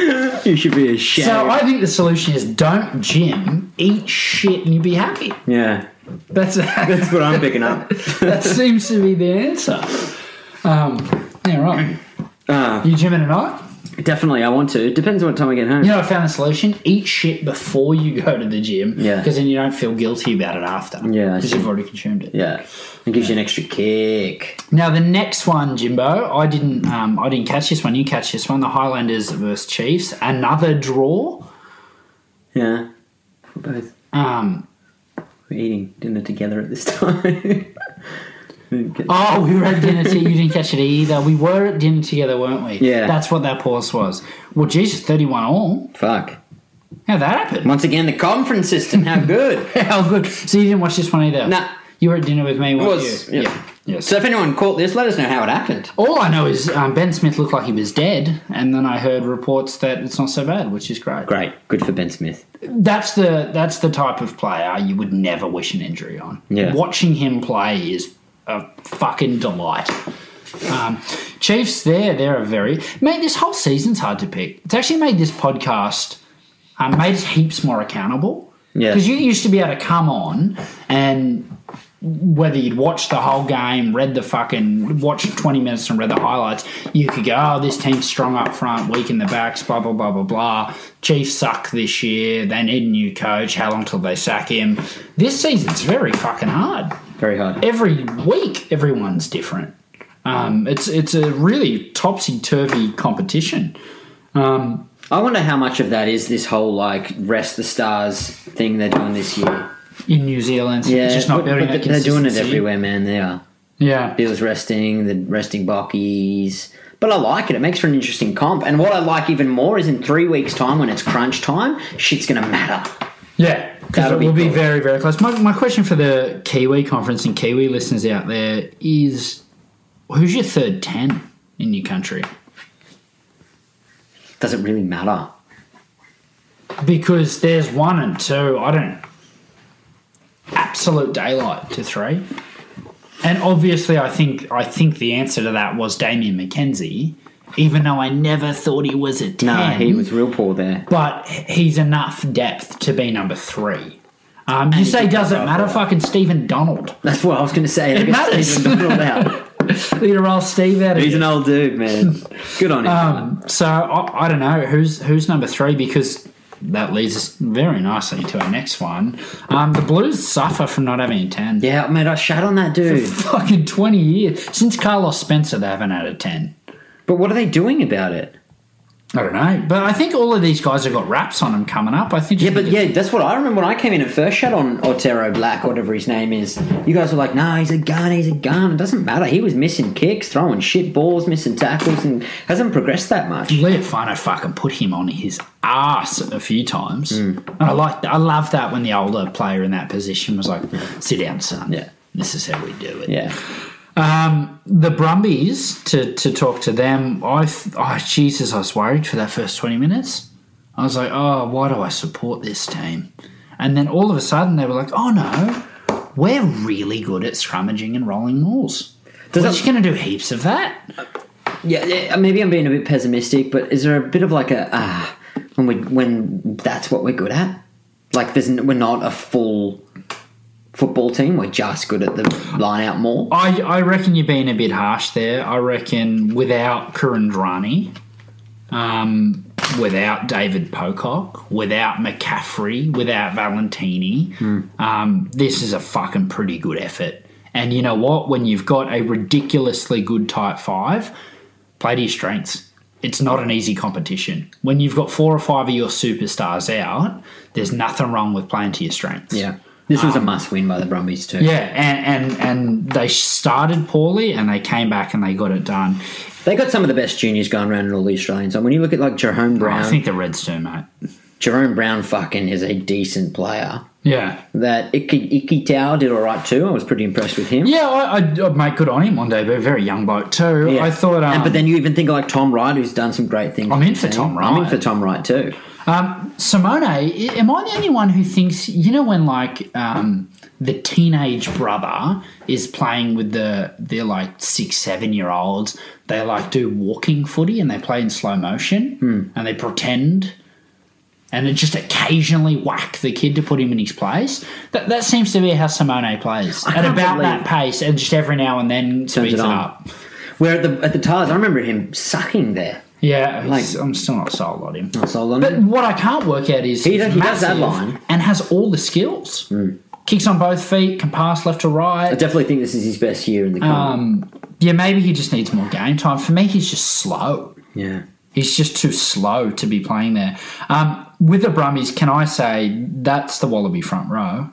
Speaker 2: You should be ashamed.
Speaker 1: So I think the solution is don't gym, eat shit, and you'll be happy.
Speaker 2: yeah,
Speaker 1: That's
Speaker 2: that's what I'm picking up.
Speaker 1: that seems to be the answer. Um, yeah, right.
Speaker 2: Uh,
Speaker 1: You gymming tonight?
Speaker 2: definitely, I want to. It depends on what time I get home.
Speaker 1: You know, I found a solution: eat shit before you go to the gym.
Speaker 2: Yeah.
Speaker 1: because then you don't feel guilty about it after.
Speaker 2: Yeah, I
Speaker 1: because
Speaker 2: see.
Speaker 1: you've already consumed it.
Speaker 2: Yeah, it gives you an extra kick.
Speaker 1: Now the next one, Jimbo, I didn't, um, I didn't catch this one. You catch this one: the Highlanders versus Chiefs, another draw.
Speaker 2: Yeah, we're both
Speaker 1: Um,
Speaker 2: we're eating dinner together at this time.
Speaker 1: oh, we were at dinner together. You didn't catch it either. We were at dinner together, weren't we?
Speaker 2: Yeah.
Speaker 1: That's what that pause was. Well, Jesus, thirty-one all.
Speaker 2: Fuck.
Speaker 1: How that happened?
Speaker 2: Once again, the conference system. How good.
Speaker 1: How good. So you didn't watch this one either.
Speaker 2: Nah.
Speaker 1: You were at dinner with me. Weren't
Speaker 2: was,
Speaker 1: you?
Speaker 2: yeah.
Speaker 1: Yes.
Speaker 2: So if anyone caught this, let us know how it happened.
Speaker 1: All I know is um, Ben Smith looked like he was dead, and then I heard reports that it's not so bad, which is great.
Speaker 2: Great. Good for Ben Smith.
Speaker 1: That's the that's the type of player you would never wish an injury on.
Speaker 2: Yeah.
Speaker 1: Watching him play is a fucking delight. Um, Chiefs, there, they're a very mate. This whole season's hard to pick. It's actually made this podcast um, made us heaps more accountable.
Speaker 2: Yeah.
Speaker 1: because you used to be able to come on and whether you'd watched the whole game, read the fucking, watched 20 minutes and read the highlights, you could go, oh, this team's strong up front, weak in the backs, blah, blah, blah, blah, blah. Chiefs suck this year. They need a new coach. How long till they sack him? This season's very fucking hard.
Speaker 2: Very hard.
Speaker 1: Every week, everyone's different. Um, it's it's a really topsy turvy competition.
Speaker 2: I wonder how much of that is this whole like rest the stars thing they're doing this year.
Speaker 1: In New Zealand, yeah, it's just not
Speaker 2: but-
Speaker 1: building
Speaker 2: but
Speaker 1: that
Speaker 2: they're doing it
Speaker 1: consistency.
Speaker 2: everywhere, man. They are.
Speaker 1: Yeah,
Speaker 2: Bills resting, the resting Bockies. But I like it. It makes for an interesting comp. And what I like even more is in three weeks' time when it's crunch time, shit's going to matter.
Speaker 1: yeah. Because
Speaker 2: That'll
Speaker 1: it
Speaker 2: be
Speaker 1: will be
Speaker 2: cool.
Speaker 1: very, very close. My, my question for the Kiwi conference and Kiwi listeners out there is who's your third 10 in your country?
Speaker 2: Does it really matter?
Speaker 1: Because there's one and two, I don't. Absolute daylight to three. And obviously, I think I think the answer to that was Damien McKenzie, even though I never thought he was a 10.
Speaker 2: No, he was real poor there.
Speaker 1: but he's enough depth to be number three. Um, you say
Speaker 2: could
Speaker 1: does it
Speaker 2: cover
Speaker 1: matter?
Speaker 2: for it.
Speaker 1: Fucking Stephen Donald.
Speaker 2: That's what I was going to say. It
Speaker 1: matters.
Speaker 2: out.
Speaker 1: Leader roll Steve out of
Speaker 2: He's
Speaker 1: here.
Speaker 2: an old dude, man. Good on him.
Speaker 1: Um, so I, I don't know who's who's number three because that leads us very nicely to our next one. Um, the Blues suffer from not having a ten.
Speaker 2: yeah, mate, I shat on that dude.
Speaker 1: Fucking twenty years since Carlos Spencer, they haven't had a ten.
Speaker 2: But what are they doing about it?
Speaker 1: I don't know, but I think all of these guys have got raps on them coming up. I think
Speaker 2: Yeah, but yeah, that's what I remember when I came in and first shut on Otero Black, whatever his name is. You guys were like, nah, he's a gun, he's a gun. It doesn't matter. He was missing kicks, throwing shit balls, missing tackles, and hasn't progressed that much.
Speaker 1: Leofano fucking put him on his ass a few times.
Speaker 2: Hmm.
Speaker 1: And I like I love that when the older player in that position was like, "Sit down, son.
Speaker 2: Yeah.
Speaker 1: this is how we do it."
Speaker 2: Yeah.
Speaker 1: Um, the Brumbies to to talk to them. I th- oh Jesus, I was worried for that first twenty minutes. I was like, "Oh, why do I support this team?" And then all of a sudden, they were like, "Oh no, we're really good at scrummaging and rolling balls. we're
Speaker 2: Does that-
Speaker 1: just going to do heaps of that."
Speaker 2: yeah. Yeah, uh, maybe I'm being a bit pessimistic, but is there a bit of like a, ah, when, we, when that's what we're good at? Like, there's, n- we're not a full football team, we're just good at the line out more.
Speaker 1: I, I reckon you're being a bit harsh there. I reckon without Kurandrani, um, without David Pocock, without McCaffrey, without Valentini, um, this is a fucking pretty good effort. And you know what? When you've got a ridiculously good tight five, play to your strengths. It's not an easy competition. When you've got four or five of your superstars out, there's nothing wrong with playing to your strengths.
Speaker 2: Yeah. This was a must win by the Brumbies, too.
Speaker 1: Ah. Yeah, and, and and they started poorly and they came back and they got it done.
Speaker 2: They got some of the best juniors going around in all the Australians. And when you look at like Jerome Brown,
Speaker 1: Oh, I think the Reds do, mate.
Speaker 2: Jerome Brown fucking is a decent player.
Speaker 1: Yeah.
Speaker 2: That Iki, Iki Tao did all right too. I was pretty impressed with him.
Speaker 1: Yeah, I, I, I'd make good on him one day, but very young bloke too. I thought, um,
Speaker 2: and, but then you even think like Tom Wright, who's done some great things.
Speaker 1: I'm
Speaker 2: with
Speaker 1: in
Speaker 2: the
Speaker 1: for
Speaker 2: team.
Speaker 1: Tom
Speaker 2: I'm in
Speaker 1: Wright.
Speaker 2: for Tom Wright too.
Speaker 1: um, Simone, i- am I the only one who thinks you know when like um, the teenage brother is playing with the they're like six seven year olds? They like do walking footy and they play in slow motion
Speaker 2: Hmm.
Speaker 1: and they pretend and then just occasionally whack the kid to put him in his place. That, that seems to be how Simone plays at
Speaker 2: can't
Speaker 1: about
Speaker 2: believe-
Speaker 1: that pace, and just every now and then speeds it
Speaker 2: it on.
Speaker 1: up.
Speaker 2: Where at the at the Tars, I remember him sucking there.
Speaker 1: Yeah,
Speaker 2: Like-
Speaker 1: he's- I'm still not sold on him.
Speaker 2: Not sold on
Speaker 1: But
Speaker 2: him.
Speaker 1: what I can't work out is
Speaker 2: He
Speaker 1: he's
Speaker 2: does- he does that
Speaker 1: massive
Speaker 2: line. Hmm.
Speaker 1: and has all the skills. Kicks on both feet, can pass left to
Speaker 2: I
Speaker 1: right.
Speaker 2: definitely think this is his best year in the club.
Speaker 1: Um, yeah, maybe he just needs more game time. For me, he's just slow.
Speaker 2: yeah.
Speaker 1: He's just too slow to be playing there. Um, with the Brummies, can I say that's the Wallaby front row?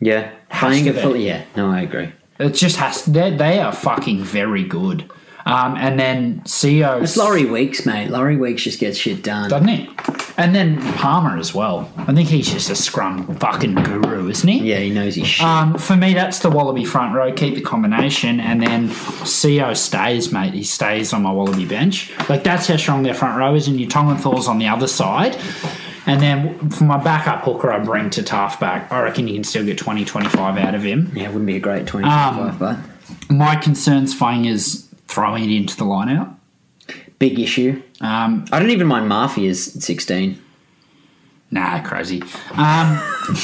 Speaker 2: Yeah. Playing
Speaker 1: to
Speaker 2: it
Speaker 1: be.
Speaker 2: fully. Yeah. No, I agree.
Speaker 1: It just has they they are fucking very good. Um, and then CEO
Speaker 2: It's Laurie Weeks, mate. Laurie Weeks just gets shit done.
Speaker 1: doesn't he? And then Palmer as well. I think he's just a scrum fucking guru, isn't he?
Speaker 2: Yeah, he knows his shit.
Speaker 1: Um, for me, that's the Wallaby front row. Keep the combination, and then Co stays, mate. He stays on my Wallaby bench. Like that's how strong their front row is, and your Tonganthal's on the other side. And then for my backup hooker, I bring to Taff back. I reckon you can still get 20, 25 out of him.
Speaker 2: yeah, it wouldn't be a great twenty
Speaker 1: um,
Speaker 2: five, but
Speaker 1: My concerns, Fang, is throwing it into the line out.
Speaker 2: big issue.
Speaker 1: Um,
Speaker 2: I don't even mind Mafia's 16.
Speaker 1: Nah, crazy. Um,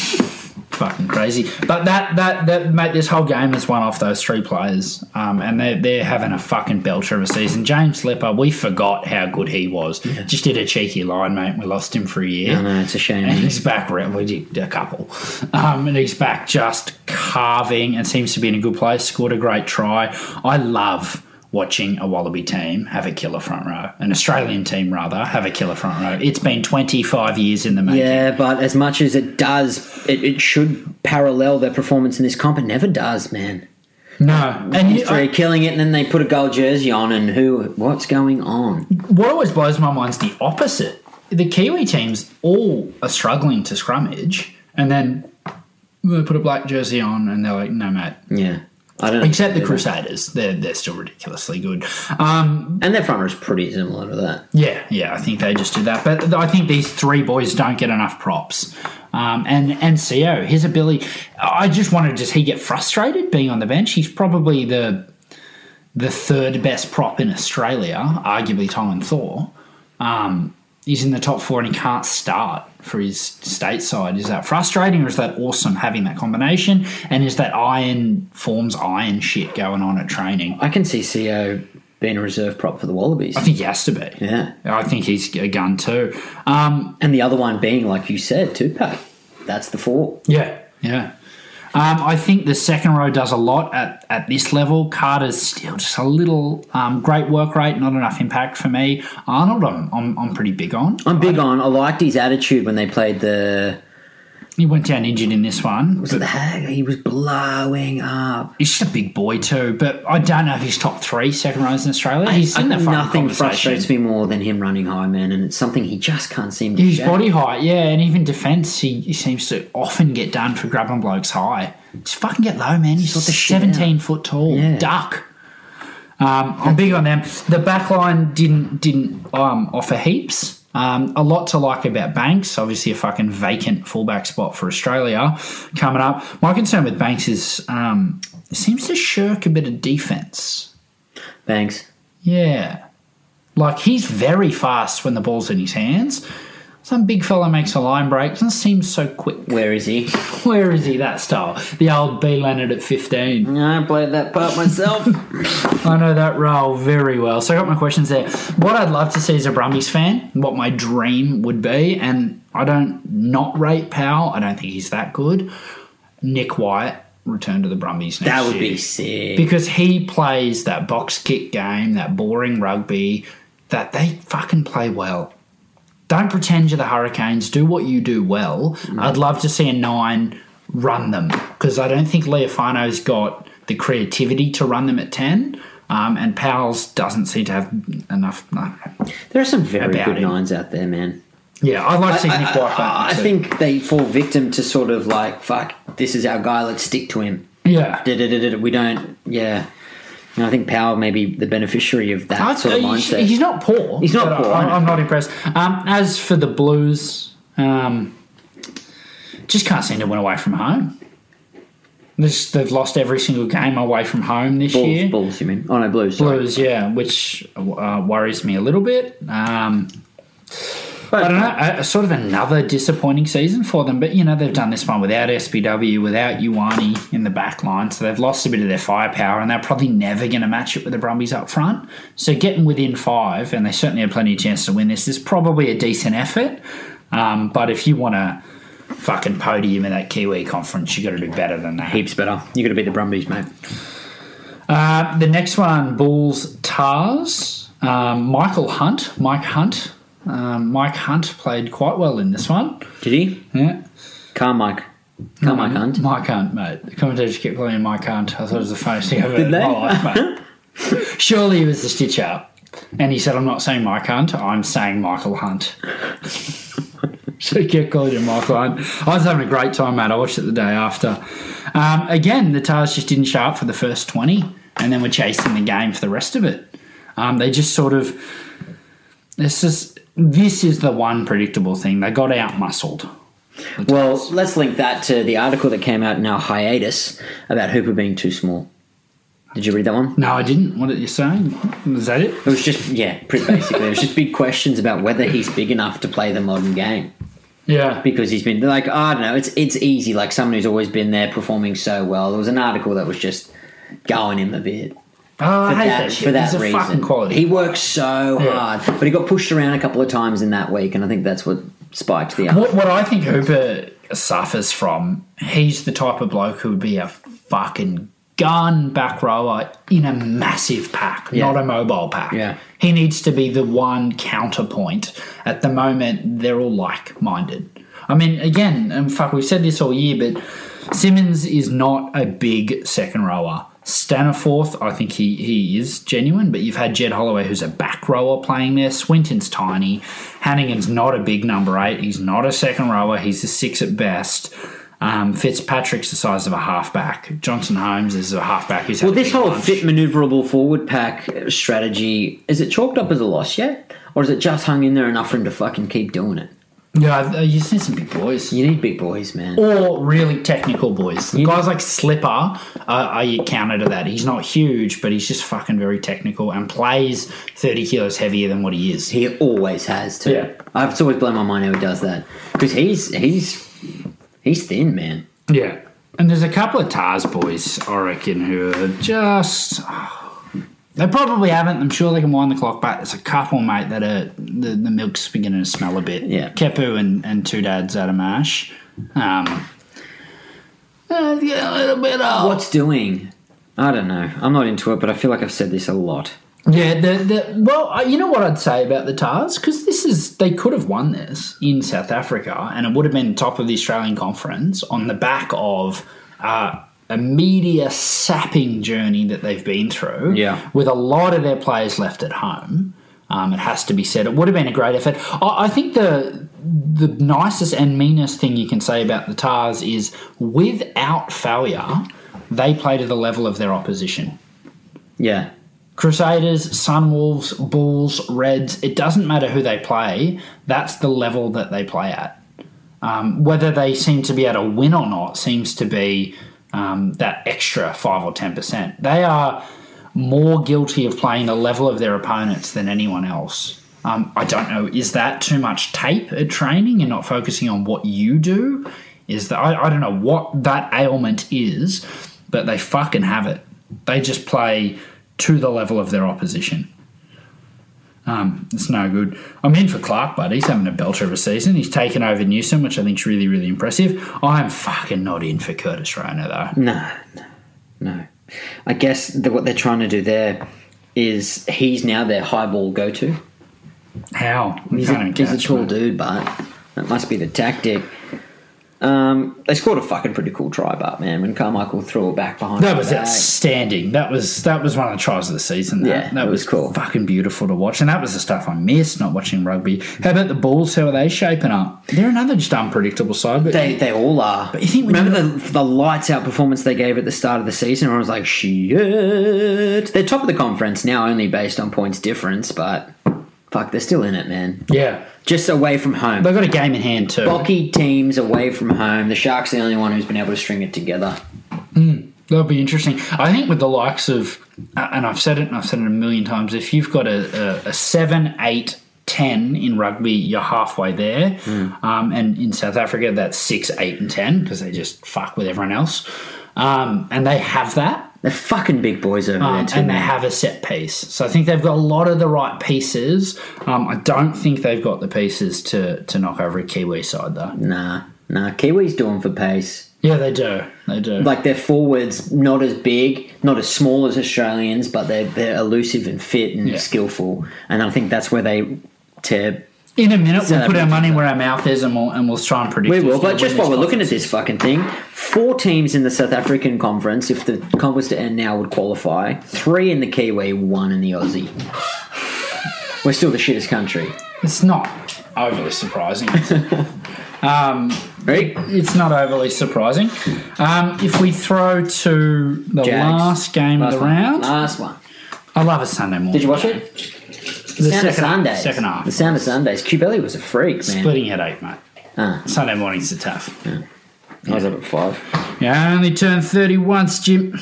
Speaker 1: fucking crazy. But that that that mate, this whole game is one off those three players, um, and they they're having a fucking belter of a season. James Lepper, we forgot how good he was. Just did a cheeky line, mate. and We lost him for a year.
Speaker 2: I know, it's a shame.
Speaker 1: And
Speaker 2: isn't it?
Speaker 1: he's back, re- we did a couple. Um, and he's back just carving and seems to be in a good place, scored a great try. I love watching a Wallaby team have a killer front row, an Australian team rather, have a killer front row. It's been 25 years in the making.
Speaker 2: Yeah, but as much as it does, it, it should parallel their performance in this comp. It never does, man.
Speaker 1: No. And you,
Speaker 2: These three are killing it, and then they put a gold jersey on, and who? What's going on?
Speaker 1: what always blows my mind's the opposite. The Kiwi teams all are struggling to scrummage, and then they put a black jersey on, and they're like, no, mate.
Speaker 2: Yeah. I don't
Speaker 1: Except the
Speaker 2: think they do that.
Speaker 1: Crusaders, they're they're still ridiculously good. Um,
Speaker 2: And their front row is pretty similar to that.
Speaker 1: yeah, yeah, I think they just do that. But I think these three boys don't get enough props. Um, and and Co, his ability, I just wonder, does he get frustrated being on the bench? He's probably the the third best prop in Australia, arguably Tom and Thor. Um, he's in the top four and he can't start for his state side. Is that frustrating or is that awesome having that combination? And is that iron forms iron shit going on at training?
Speaker 2: I can see CO being a reserve prop for the Wallabies.
Speaker 1: I think he has to be.
Speaker 2: Yeah.
Speaker 1: I think he's a gun too. Um,
Speaker 2: And the other one being, like you said, Tupac. That's the four.
Speaker 1: yeah, yeah. Um, I think the second row does a lot at, at this level. Carter's still just a little um, great work rate, not enough impact for me. Arnold, I'm, I'm, I'm pretty big on.
Speaker 2: I'm big on. I liked his attitude when they played the.
Speaker 1: He went down injured in this one.
Speaker 2: Was it the Hag? He was blowing up.
Speaker 1: He's just a big boy too, but I don't know if he's top three second rows in Australia. He's in that fucking
Speaker 2: Nothing
Speaker 1: conversation.
Speaker 2: frustrates me more than him running high, man, and it's something he just can't seem to.
Speaker 1: His
Speaker 2: shake.
Speaker 1: body height, yeah, and even defence, he, he seems to often get done for grabbing blokes high. Just fucking get low, man. He's
Speaker 2: Sort the shit out.
Speaker 1: 17 foot tall.
Speaker 2: Yeah.
Speaker 1: Duck. Um, I'm big on them. The back line didn't didn't um, offer heaps. Um, a lot to like about Banks. Obviously, a fucking vacant fullback spot for Australia coming up. My concern with Banks is um, he seems to shirk a bit of defence.
Speaker 2: Banks.
Speaker 1: Yeah. Like he's very fast when the ball's in his hands. Some big fella makes a line break, doesn't seem so quick.
Speaker 2: Where is he?
Speaker 1: Where is he that style? The old B Leonard at 15.
Speaker 2: I played that part myself.
Speaker 1: I know that role very well. So I got my questions there. What I'd love to see as a Brumbies fan, what my dream would be, and I don't not rate Powell, I don't think he's that good. Nick Wyatt return to the Brumbies next
Speaker 2: that would
Speaker 1: year.
Speaker 2: be sick.
Speaker 1: because he plays that box kick game, that boring rugby that they fucking play well. Don't pretend you're the Hurricanes. Do what you do well. I'd love to see a nine run them because I don't think Leofano's got the creativity to run them at ten, um, and Powell's doesn't seem to have enough. No.
Speaker 2: there are some very
Speaker 1: About
Speaker 2: good
Speaker 1: him.
Speaker 2: nines out there, man.
Speaker 1: Yeah, I'd like to see
Speaker 2: I,
Speaker 1: Nick White.
Speaker 2: I- I
Speaker 1: back, too.
Speaker 2: think they fall victim to sort of like, fuck, this is our guy, let's stick to him.
Speaker 1: Yeah,
Speaker 2: Da-da-da-da-da, We don't, yeah. And I think Powell may be the beneficiary of that
Speaker 1: I-
Speaker 2: sort of
Speaker 1: he's,
Speaker 2: mindset.
Speaker 1: he's not poor.
Speaker 2: He's not
Speaker 1: but
Speaker 2: poor, I
Speaker 1: I,
Speaker 2: know.
Speaker 1: I'm not impressed. Um, as for the Blues, um, just can't seem to win away from home. This, they've lost every single game away from home this
Speaker 2: Bulls,
Speaker 1: year.
Speaker 2: Bulls, you mean? Oh no, Blues. sorry.
Speaker 1: Blues, yeah, which uh, worries me a little bit. Um, I don't know, uh, sort of another disappointing season for them. But you know, they've done this one without SBW, without Ioane in the back line, so they've lost a bit of their firepower, and they're probably never going to match it with the Brumbies up front. So getting within five, and they certainly have plenty of chance to win this. Is probably a decent effort, um, but if you want to fucking podium in that Kiwi conference, you got to do better than that.
Speaker 2: Heaps better. You got to beat the Brumbies, mate.
Speaker 1: Uh, the next one, Bulls Tars. Um, Michael Hunt, Mike Hunt. Um, Mike Hunt played quite well in this one.
Speaker 2: Did he?
Speaker 1: Yeah.
Speaker 2: Carmike.
Speaker 1: Mm-hmm.
Speaker 2: Carmike Hunt.
Speaker 1: Mike Hunt, mate. The commentators kept calling him Mike Hunt. I thought it was the funniest thing I've ever
Speaker 2: Did
Speaker 1: heard in my
Speaker 2: they?
Speaker 1: life, mate. Surely he was the stitch up. And he said, I'm not saying Mike Hunt, I'm saying Michael Hunt. so he kept calling him Michael Hunt. I was having a great time, mate. I watched it the day after. Um, again, the Tars just didn't show up for the first 20 and then were chasing the game for the rest of it. Um, they just sort of. This is, this is the one predictable thing. They got out muscled.
Speaker 2: Well, let's link that to the article that came out in our hiatus about Hooper being too small. Did you read that one?
Speaker 1: No, I didn't. What are you saying? Is that it?
Speaker 2: It was just yeah, pretty basically. it was just big questions about whether he's big enough to play the modern game
Speaker 1: Yeah.
Speaker 2: because he's been like I don't know. It's it's easy like someone who's always been there performing so well. There was an article that was just going him a bit.
Speaker 1: Oh, I
Speaker 2: for
Speaker 1: hate
Speaker 2: that,
Speaker 1: that shit.
Speaker 2: for that
Speaker 1: He's a
Speaker 2: reason.
Speaker 1: fucking quality.
Speaker 2: He worked so
Speaker 1: Yeah.
Speaker 2: hard, but he got pushed around a couple of times in that week, and I think that's what spiked the.
Speaker 1: what, what I think Hooper suffers from, he's the type of bloke who would be a fucking gun back rower in a massive pack,
Speaker 2: Yeah.
Speaker 1: not a mobile pack.
Speaker 2: Yeah.
Speaker 1: He needs to be the one counterpoint. At the moment, they're all like minded. I mean, again, and fuck, we've said this all year, but Simmons is not a big second rower. Staniforth, I think he, he is genuine, but you've had Jed Holloway, who's a back rower, playing there. Swinton's tiny. Hannigan's not a big number eight. He's not a second rower. He's a six at best. Um, Fitzpatrick's the size of a halfback. Johnson Holmes is a halfback. Who's
Speaker 2: Well, this whole fit maneuverable forward pack strategy is it chalked up as a loss yet, or is it just hung in there enough for him to fucking keep doing it?
Speaker 1: Yeah, uh, you've seen some big boys.
Speaker 2: You need big boys, man.
Speaker 1: Or really technical boys. The guys like Slipper are, are your counter to that. He's not huge, but he's just fucking very technical and plays 30 kilos heavier than what he is.
Speaker 2: He always has too.
Speaker 1: Yeah.
Speaker 2: I've it's always blown my mind how he does that because he's he's he's thin, man.
Speaker 1: Yeah. And there's a couple of Tars boys, I reckon, who are just. They probably haven't. I'm sure they can wind the clock, but there's a couple, mate, that are the, the milk's beginning to smell a bit.
Speaker 2: Yeah.
Speaker 1: Kepu and, and two dads out of Marsh. Um, uh, yeah, a little bit old.
Speaker 2: What's doing? I don't know. I'm not into it, but I feel like I've said this a lot.
Speaker 1: Yeah, the, the well, uh, you know what I'd say about the Tars because this is they could have won this in South Africa, and it would have been top of the Australian conference on the back of uh, a media sapping journey that they've been through.
Speaker 2: Yeah.
Speaker 1: with a lot of their players left at home. Um, it has to be said. It would have been a great effort. I, I think the the nicest and meanest thing you can say about the Tars is without failure, they play to the level of their opposition.
Speaker 2: Yeah.
Speaker 1: Crusaders, Sunwolves, Bulls, Reds, it doesn't matter who they play, that's the level that they play at. Um, whether they seem to be able to win or not seems to be um, that extra 5 or 10%. They are more guilty of playing the level of their opponents than anyone else. Um, I don't know, is that too much tape at training and not focusing on what you do? Is that I, I don't know what that ailment is, but they fucking have it. They just play to the level of their opposition. Um, it's no good. I'm in for Clark, but he's having a belter of a season. He's taken over Newsom, which I think is really, really impressive. I'm fucking not in for Curtis Rayner, though.
Speaker 2: No, no, no. I guess that what they're trying to do there is he's now their highball go to.
Speaker 1: How?
Speaker 2: He's,
Speaker 1: Can't
Speaker 2: a,
Speaker 1: even
Speaker 2: he's a
Speaker 1: catch,
Speaker 2: tall
Speaker 1: mate.
Speaker 2: dude, but that must be the tactic. Um, they scored a fucking pretty cool try, but man, when Carmichael threw it back behind,
Speaker 1: That
Speaker 2: the
Speaker 1: was
Speaker 2: back.
Speaker 1: outstanding. That was that was one of the tries of the season. That,
Speaker 2: Yeah,
Speaker 1: that
Speaker 2: it was cool.
Speaker 1: Fucking beautiful to watch, and that was the stuff I missed not watching rugby. How about the Bulls? How are they shaping up? They're another just unpredictable side, but
Speaker 2: They, they all are.
Speaker 1: you think when
Speaker 2: Remember the, the lights out performance they gave at the start of the season? Where I was like, shit. They're top of the conference now, only based on points difference, but fuck, they're still in it, man.
Speaker 1: yeah,
Speaker 2: Just away from home.
Speaker 1: they've got a game in hand too.
Speaker 2: Bocky teams away from home. The Sharks are the only one who's been able to string it together.
Speaker 1: That'll be interesting. I think with the likes of, uh, and I've said it and I've said it a million times, if you've got a, a, a 7, 8, 10 in rugby, you're halfway there.
Speaker 2: Hmm.
Speaker 1: Um, and in South Africa, that's 6, 8, and 10 because they just fuck with everyone else. Um, and they have that.
Speaker 2: They're fucking big boys over
Speaker 1: Um,
Speaker 2: there too.
Speaker 1: and they
Speaker 2: man.
Speaker 1: have a set piece. So I think they've got a lot of the right pieces. Um, I don't think they've got the pieces to, to knock over a Kiwi side, though.
Speaker 2: nah, nah. Kiwis doing for pace.
Speaker 1: Yeah, they do. They do.
Speaker 2: Like their forwards, not as big, not as small as Australians, but they're they're elusive and fit and
Speaker 1: Yeah.
Speaker 2: skillful. And I think that's where they tear
Speaker 1: In a minute, we'll put our
Speaker 2: Africa.
Speaker 1: money where our mouth is and we'll, and we'll try and predict.
Speaker 2: We
Speaker 1: who's
Speaker 2: will,
Speaker 1: gonna
Speaker 2: but just
Speaker 1: win
Speaker 2: while we're
Speaker 1: this
Speaker 2: looking at this fucking thing, four teams in the South African conference, if the comp was to end now, would qualify. Three in the Kiwi, one in the Aussie. We're still the shittest country.
Speaker 1: It's not overly surprising. is it?
Speaker 2: Right?
Speaker 1: it's not overly surprising. Um, if we throw to the
Speaker 2: Jags.
Speaker 1: last game of the
Speaker 2: one.
Speaker 1: round,
Speaker 2: Last one.
Speaker 1: I love a Sunday morning.
Speaker 2: Did you watch it?
Speaker 1: The
Speaker 2: Sound
Speaker 1: second,
Speaker 2: of Sundays.
Speaker 1: second half.
Speaker 2: The Sound of Sundays. Cubelli was a freak, man.
Speaker 1: Splitting headache, mate.
Speaker 2: Ah.
Speaker 1: Sunday mornings are tough.
Speaker 2: I was up at five.
Speaker 1: Yeah, I only turned 30 once, Jim.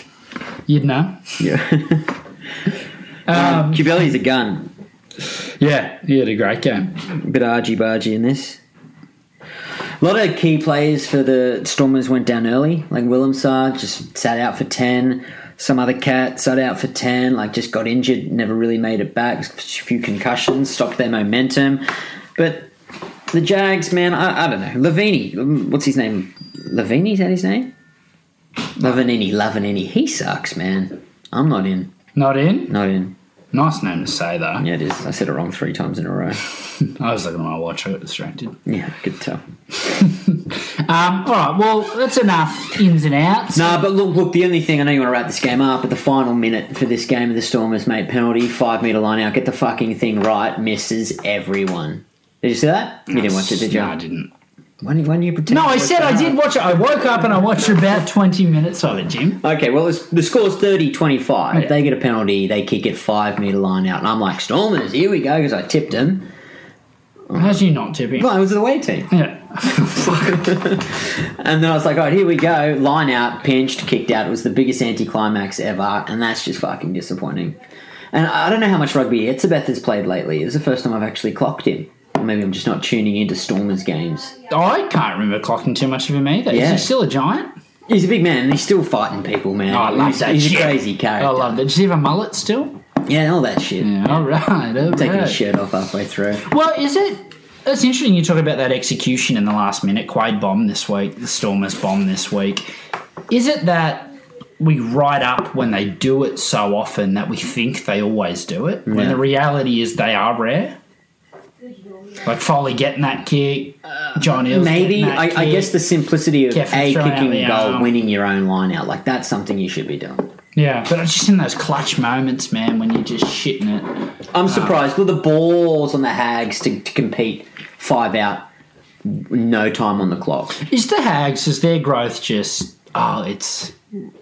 Speaker 1: You'd know.
Speaker 2: Yeah. um, Cubelli's a gun.
Speaker 1: Yeah, he had a great game.
Speaker 2: bit argy bargy in this. A lot of key players for the Stormers went down early. Like Willemsar just sat out for 10. Some other cat sat out for 10, like just got injured, never really made it back. A few concussions stopped their momentum. But the Jags, man, I, I don't know. Lavini, um, what's his name? Lavini, is that his name? Lavanini, Lavanini. He sucks, man. I'm not in.
Speaker 1: Not in.
Speaker 2: Not in.
Speaker 1: Nice name to say, though.
Speaker 2: Yeah, it is. I said it wrong three times in a row.
Speaker 1: I was looking at my watch, I got distracted.
Speaker 2: Yeah, good tell.
Speaker 1: Um, all right, well, that's enough ins and outs.
Speaker 2: No, but look, look. The only thing I know you want to wrap this game up, but the final minute for this game of the Stormers, mate, penalty, five meter line out, get the fucking thing right, misses everyone. Did you see that? You didn't watch it, did you?
Speaker 1: No, I didn't.
Speaker 2: When, when you pretend
Speaker 1: No,
Speaker 2: to
Speaker 1: I
Speaker 2: watch
Speaker 1: said I
Speaker 2: that.
Speaker 1: did watch it. I woke up and I watched about 20 minutes of it, Jim.
Speaker 2: Okay, well, it's, the score's 30 25. They get a penalty, they kick it five metre line out. And I'm like, Stormers, here we go, because I tipped them.
Speaker 1: How's you not tipping?
Speaker 2: Well, it was the away team.
Speaker 1: Yeah.
Speaker 2: And then I was like, all right, here we go. Line out, pinched, kicked out. It was the biggest anticlimax ever, and that's just fucking disappointing. And I I don't know how much rugby Etzebeth has played lately. It was the first time I've actually clocked him. Or maybe I'm just not tuning into Stormers games.
Speaker 1: I can't remember clocking too much of him either. Is
Speaker 2: Yeah.
Speaker 1: he still a giant?
Speaker 2: He's a big man, and he's still fighting people, man.
Speaker 1: Oh, I love
Speaker 2: he's,
Speaker 1: that
Speaker 2: He's
Speaker 1: shit.
Speaker 2: a crazy
Speaker 1: I
Speaker 2: character.
Speaker 1: love Mm. that. Does he have a mullet still?
Speaker 2: yeah, all that shit.
Speaker 1: Yeah, all right. all
Speaker 2: Taking
Speaker 1: right.
Speaker 2: his shirt off halfway through.
Speaker 1: Well, is it? It's interesting you talk about that execution in the last minute. Quade bomb this week. The Stormers bomb this week. Is it that we write up when they do it so often that we think they always do it, when
Speaker 2: Yeah.
Speaker 1: the reality is they are rare? Like Foley getting that kick, John Eels.
Speaker 2: Maybe
Speaker 1: getting that
Speaker 2: I, I
Speaker 1: kick.
Speaker 2: guess the simplicity of
Speaker 1: Kevin
Speaker 2: a
Speaker 1: throwing out
Speaker 2: kicking
Speaker 1: the
Speaker 2: goal,
Speaker 1: arm.
Speaker 2: winning your own line out, like that's something you should be doing.
Speaker 1: Yeah, but it's just in those clutch moments, man, when you're just shitting it.
Speaker 2: I'm surprised. Well, the balls on the Hags to, to compete five out, no time on the clock.
Speaker 1: Is the Hags, is their growth just, oh, it's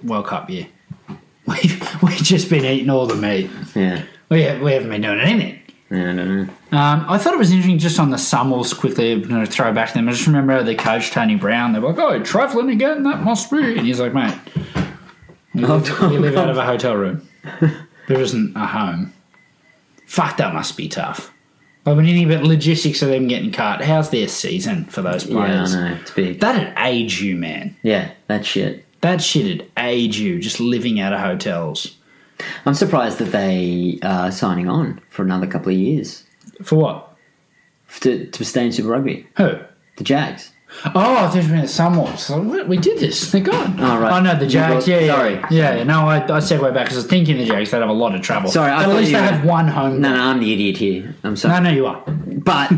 Speaker 1: World Cup year? We've, we've just been eating all the meat.
Speaker 2: Yeah,
Speaker 1: We, ha- we haven't been doing anything.
Speaker 2: yeah I don't know.
Speaker 1: Um, I thought it was interesting just on the Summers quickly, you know, throw back to them. I just remember the coach, Tony Brown, they were like, oh, trifling again, that must be. And he's like, mate, we
Speaker 2: Oh,
Speaker 1: live, we live out of a hotel room. There isn't a home. Fuck, that must be tough. But when you think about logistics of them getting cut, how's their season for those
Speaker 2: Yeah,
Speaker 1: players?
Speaker 2: I know. It's big.
Speaker 1: That'd age you, man.
Speaker 2: Yeah, that shit.
Speaker 1: That shit'd age you just living out of hotels.
Speaker 2: I'm surprised that they are signing on for another couple of years
Speaker 1: For what?
Speaker 2: to, to stay in Super Rugby.
Speaker 1: Who?
Speaker 2: The Jags.
Speaker 1: Oh, there's been someone. So what? we did this. They're gone.
Speaker 2: Oh, right.
Speaker 1: Oh no, the
Speaker 2: You
Speaker 1: Jags.
Speaker 2: brought-
Speaker 1: Yeah, yeah,
Speaker 2: sorry.
Speaker 1: yeah. yeah. No, I, I segue back because I was thinking the Jags. They would have a lot of trouble.
Speaker 2: Sorry, I
Speaker 1: but at
Speaker 2: thought
Speaker 1: least
Speaker 2: you
Speaker 1: they
Speaker 2: were-
Speaker 1: have one home.
Speaker 2: No,
Speaker 1: No,
Speaker 2: no, I'm the idiot here. I'm sorry.
Speaker 1: no, no, you are.
Speaker 2: But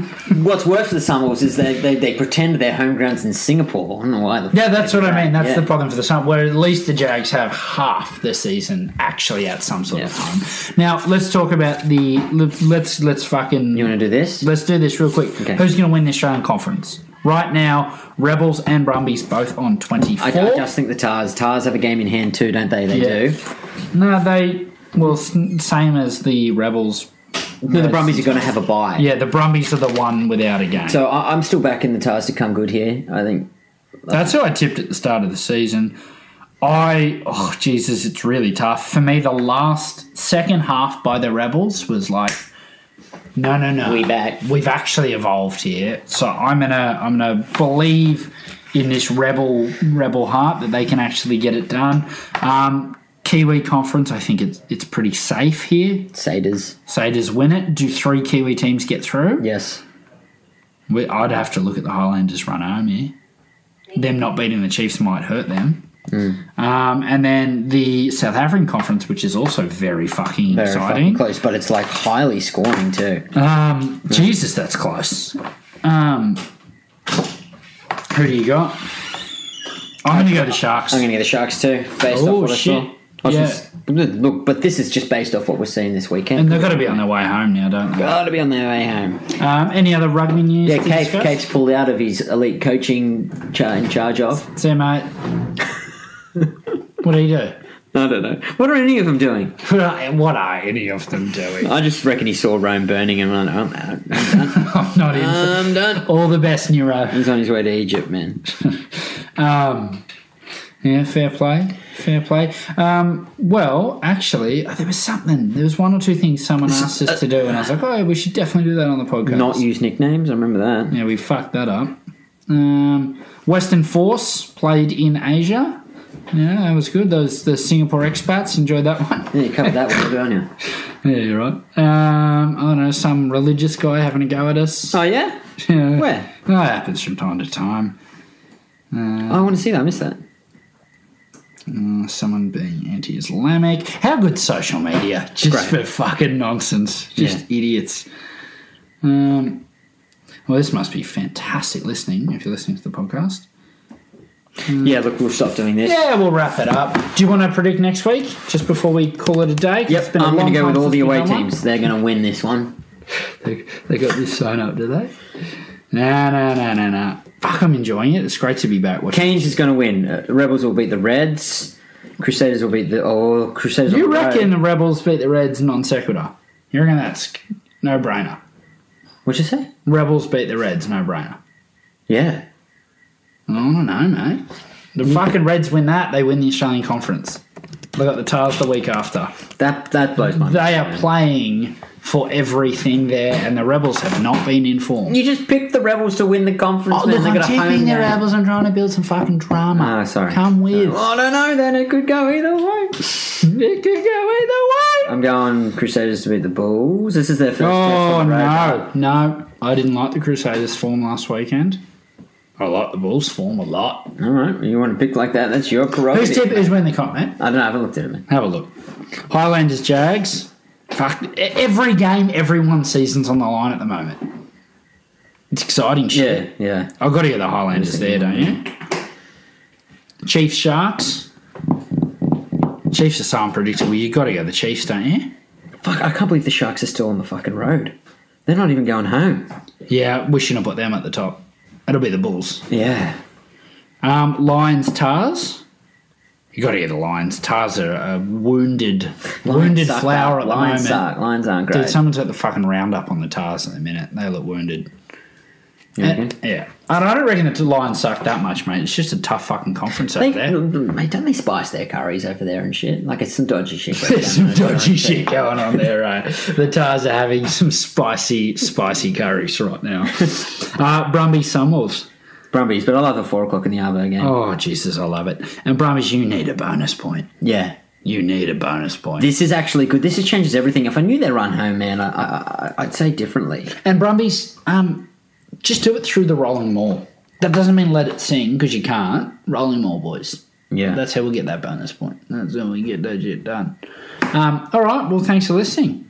Speaker 2: what's worse for the Sunwolves is they, they, they pretend their home ground's in Singapore. I don't know why. The
Speaker 1: Yeah, that's what I mean. That's
Speaker 2: Yeah.
Speaker 1: the problem for the Sun. Where at least the Jags have half the season actually at some sort of
Speaker 2: Yeah.
Speaker 1: home. Now let's talk about the. Let's let's fucking.
Speaker 2: You want to do this?
Speaker 1: Let's do this real quick.
Speaker 2: Okay.
Speaker 1: Who's going to win the Australian Conference? Right now, Rebels and Brumbies both on 24.
Speaker 2: I, I just think the Tars. Tars have a game in hand too, don't they? They
Speaker 1: Yeah.
Speaker 2: do.
Speaker 1: no, they. Well, s- same as the Rebels.
Speaker 2: No, the Brumbies are going to have a bye.
Speaker 1: Yeah, the Brumbies are the one without a game.
Speaker 2: So I, I'm still backing the Tars to come good here. I think.
Speaker 1: That's who I tipped at the start of the season. I oh Jesus, it's really tough for me. The last second half by the Rebels was like, no, no, no,
Speaker 2: We back.
Speaker 1: We've actually evolved here. So I'm gonna I'm gonna believe in this Rebel Rebel heart that they can actually get it done. Um, Kiwi Conference, I think it's it's pretty safe here.
Speaker 2: Saders.
Speaker 1: Saders win it. Do three Kiwi teams get through?
Speaker 2: Yes.
Speaker 1: We, I'd have to look at the Highlanders run home here. Them not beating the Chiefs might hurt them. Um, and then the South African conference, which is also very fucking
Speaker 2: Very fucking
Speaker 1: exciting.
Speaker 2: close, but it's like highly scoring too.
Speaker 1: um, Jesus, that's close. Um, who do you got? I'm going to go to Sharks.
Speaker 2: I'm going to get the Sharks too, based
Speaker 1: Oh,
Speaker 2: off what I
Speaker 1: shit.
Speaker 2: saw. I was
Speaker 1: Yeah.
Speaker 2: just- look, but this is just based off what we're seeing this weekend.
Speaker 1: and they've got to be on their way home now, don't they?
Speaker 2: Gotta be on their way home.
Speaker 1: Um, any other rugby news?
Speaker 2: Yeah,
Speaker 1: to
Speaker 2: Cape,
Speaker 1: discuss?
Speaker 2: Cape's pulled out of his elite coaching char- in charge of.
Speaker 1: See you, mate. what do you do?
Speaker 2: I don't know. What are any of them doing?
Speaker 1: What are, what are any of them doing?
Speaker 2: I just reckon he saw Rome burning and went, I'm out.
Speaker 1: I'm not in.
Speaker 2: I'm done.
Speaker 1: All the best, Neuro.
Speaker 2: He's on his way to Egypt, man.
Speaker 1: Um, yeah, fair play, fair play. Um, well, actually, there was something. There was one or two things someone asked us to do, and I was like, "Oh, we should definitely do that on the podcast."
Speaker 2: uh, Not use nicknames, I remember that.
Speaker 1: Yeah, we fucked that up. Um, Western Force played in Asia. Yeah, that was good. Those the Singapore expats enjoyed that one.
Speaker 2: Yeah, you covered that one, don't you?
Speaker 1: Yeah, you're right. Um, I don't know some religious guy having a go at us.
Speaker 2: Oh, yeah?
Speaker 1: Yeah.
Speaker 2: Where?
Speaker 1: that happens from time to time.
Speaker 2: Oh, I want to see that. I missed that.
Speaker 1: someone being anti-Islamic. How good social media just for
Speaker 2: Great.
Speaker 1: fucking nonsense, just
Speaker 2: Yeah.
Speaker 1: idiots. Um, well, this must be fantastic listening if you're listening to the podcast.
Speaker 2: Yeah, look, we'll stop doing this.
Speaker 1: Yeah, we'll wrap it up. Do you want to predict next week just before we call it a day? 'Cause it's
Speaker 2: Yep,
Speaker 1: been a
Speaker 2: I'm going
Speaker 1: long
Speaker 2: to go with
Speaker 1: time
Speaker 2: all
Speaker 1: since
Speaker 2: the
Speaker 1: we've
Speaker 2: away
Speaker 1: done one.
Speaker 2: teams. They're going to win this one.
Speaker 1: They, they got this sign up, do they? No, no, no, no, no. fuck, I'm enjoying it. It's great to be back. Watching.
Speaker 2: Keynes is going to win. Uh, Rebels will beat the Reds. Crusaders will beat the. Oh, Crusaders. on
Speaker 1: You
Speaker 2: the road.
Speaker 1: reckon the Rebels beat the Reds non sequitur? You reckon that's no brainer?
Speaker 2: What'd you say?
Speaker 1: Rebels beat the Reds, no brainer.
Speaker 2: Yeah.
Speaker 1: I don't know, mate. The fucking Reds win that, they win the Australian Conference. They got the Tars the week after.
Speaker 2: That that blows my
Speaker 1: They
Speaker 2: mind.
Speaker 1: are playing for everything there, and the Rebels have not been in form.
Speaker 2: You just picked the Rebels to win the conference.
Speaker 1: Oh,
Speaker 2: man.
Speaker 1: look,
Speaker 2: They
Speaker 1: I'm
Speaker 2: got a home
Speaker 1: tipping the
Speaker 2: game.
Speaker 1: Rebels. I'm trying to build some fucking drama.
Speaker 2: Oh, sorry.
Speaker 1: Come with.
Speaker 2: Oh, I don't know. Then it could go either way.
Speaker 1: It could go either way.
Speaker 2: I'm going Crusaders to beat the Bulls. This is their first. test
Speaker 1: Oh
Speaker 2: on the road.
Speaker 1: no, no! I didn't like the Crusaders' form last weekend. I like the Bulls' form a lot.
Speaker 2: All right, you want to pick like that? That's your prerogative.
Speaker 1: Whose tip is when they comp, mate?
Speaker 2: I don't know. I haven't looked at it, man.
Speaker 1: Have a look. Highlanders, Jags. Fuck. e- Every game, everyone's season's on the line at the moment. It's exciting shit.
Speaker 2: Yeah, yeah.
Speaker 1: I've got to get the Highlanders there, don't you? Chiefs, Sharks. Chiefs are so unpredictable. You've got to go the Chiefs, don't you?
Speaker 2: Fuck! I can't believe the Sharks are still on the fucking road. They're not even going home.
Speaker 1: Yeah, we shouldn't have put them at the top. It'll be the Bulls.
Speaker 2: Yeah.
Speaker 1: Um, Lions, Tars. You got to get the Lions. Tars are a wounded, wounded
Speaker 2: suck,
Speaker 1: flower
Speaker 2: though.
Speaker 1: at the
Speaker 2: Lions
Speaker 1: moment.
Speaker 2: Suck. Lions aren't great.
Speaker 1: Dude, someone took the fucking roundup on the Tars at the minute. They look wounded.
Speaker 2: You reckon?
Speaker 1: And- yeah, and I don't reckon the Lions suck that much, mate. It's just a tough fucking conference
Speaker 2: They,
Speaker 1: over there.
Speaker 2: mate, don't they spice their curries over there and shit? Like it's some dodgy shit. going
Speaker 1: There's some
Speaker 2: down there,
Speaker 1: dodgy
Speaker 2: right?
Speaker 1: shit going on there, right? The Tars are having some spicy, spicy curries right now. Uh, Brumby Sunwolves.
Speaker 2: Brumbies, but I love the four o'clock in the Arvo game.
Speaker 1: Oh, Jesus, I love it. And Brumbies, you need a bonus point.
Speaker 2: Yeah.
Speaker 1: You need a bonus point.
Speaker 2: This is actually good. This is changes everything. If I knew their run home, man, I, I, I- I'd say differently.
Speaker 1: And Brumbies, um, just do it through the rolling mall. That doesn't mean let it sing because you can't. Rolling mall, boys.
Speaker 2: Yeah.
Speaker 1: That's how we get that bonus point. That's how we get that shit done. Um, all right. Well, thanks for listening.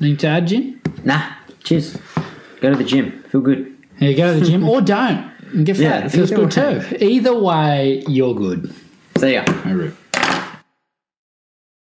Speaker 1: Need to add, Jim?
Speaker 2: nah. Cheers. Go to the gym. Feel good.
Speaker 1: Yeah, go to the gym or don't. And get fat.
Speaker 2: Yeah,
Speaker 1: it feels
Speaker 2: either
Speaker 1: good too. Either way, you're good.
Speaker 2: See ya.
Speaker 1: I rip.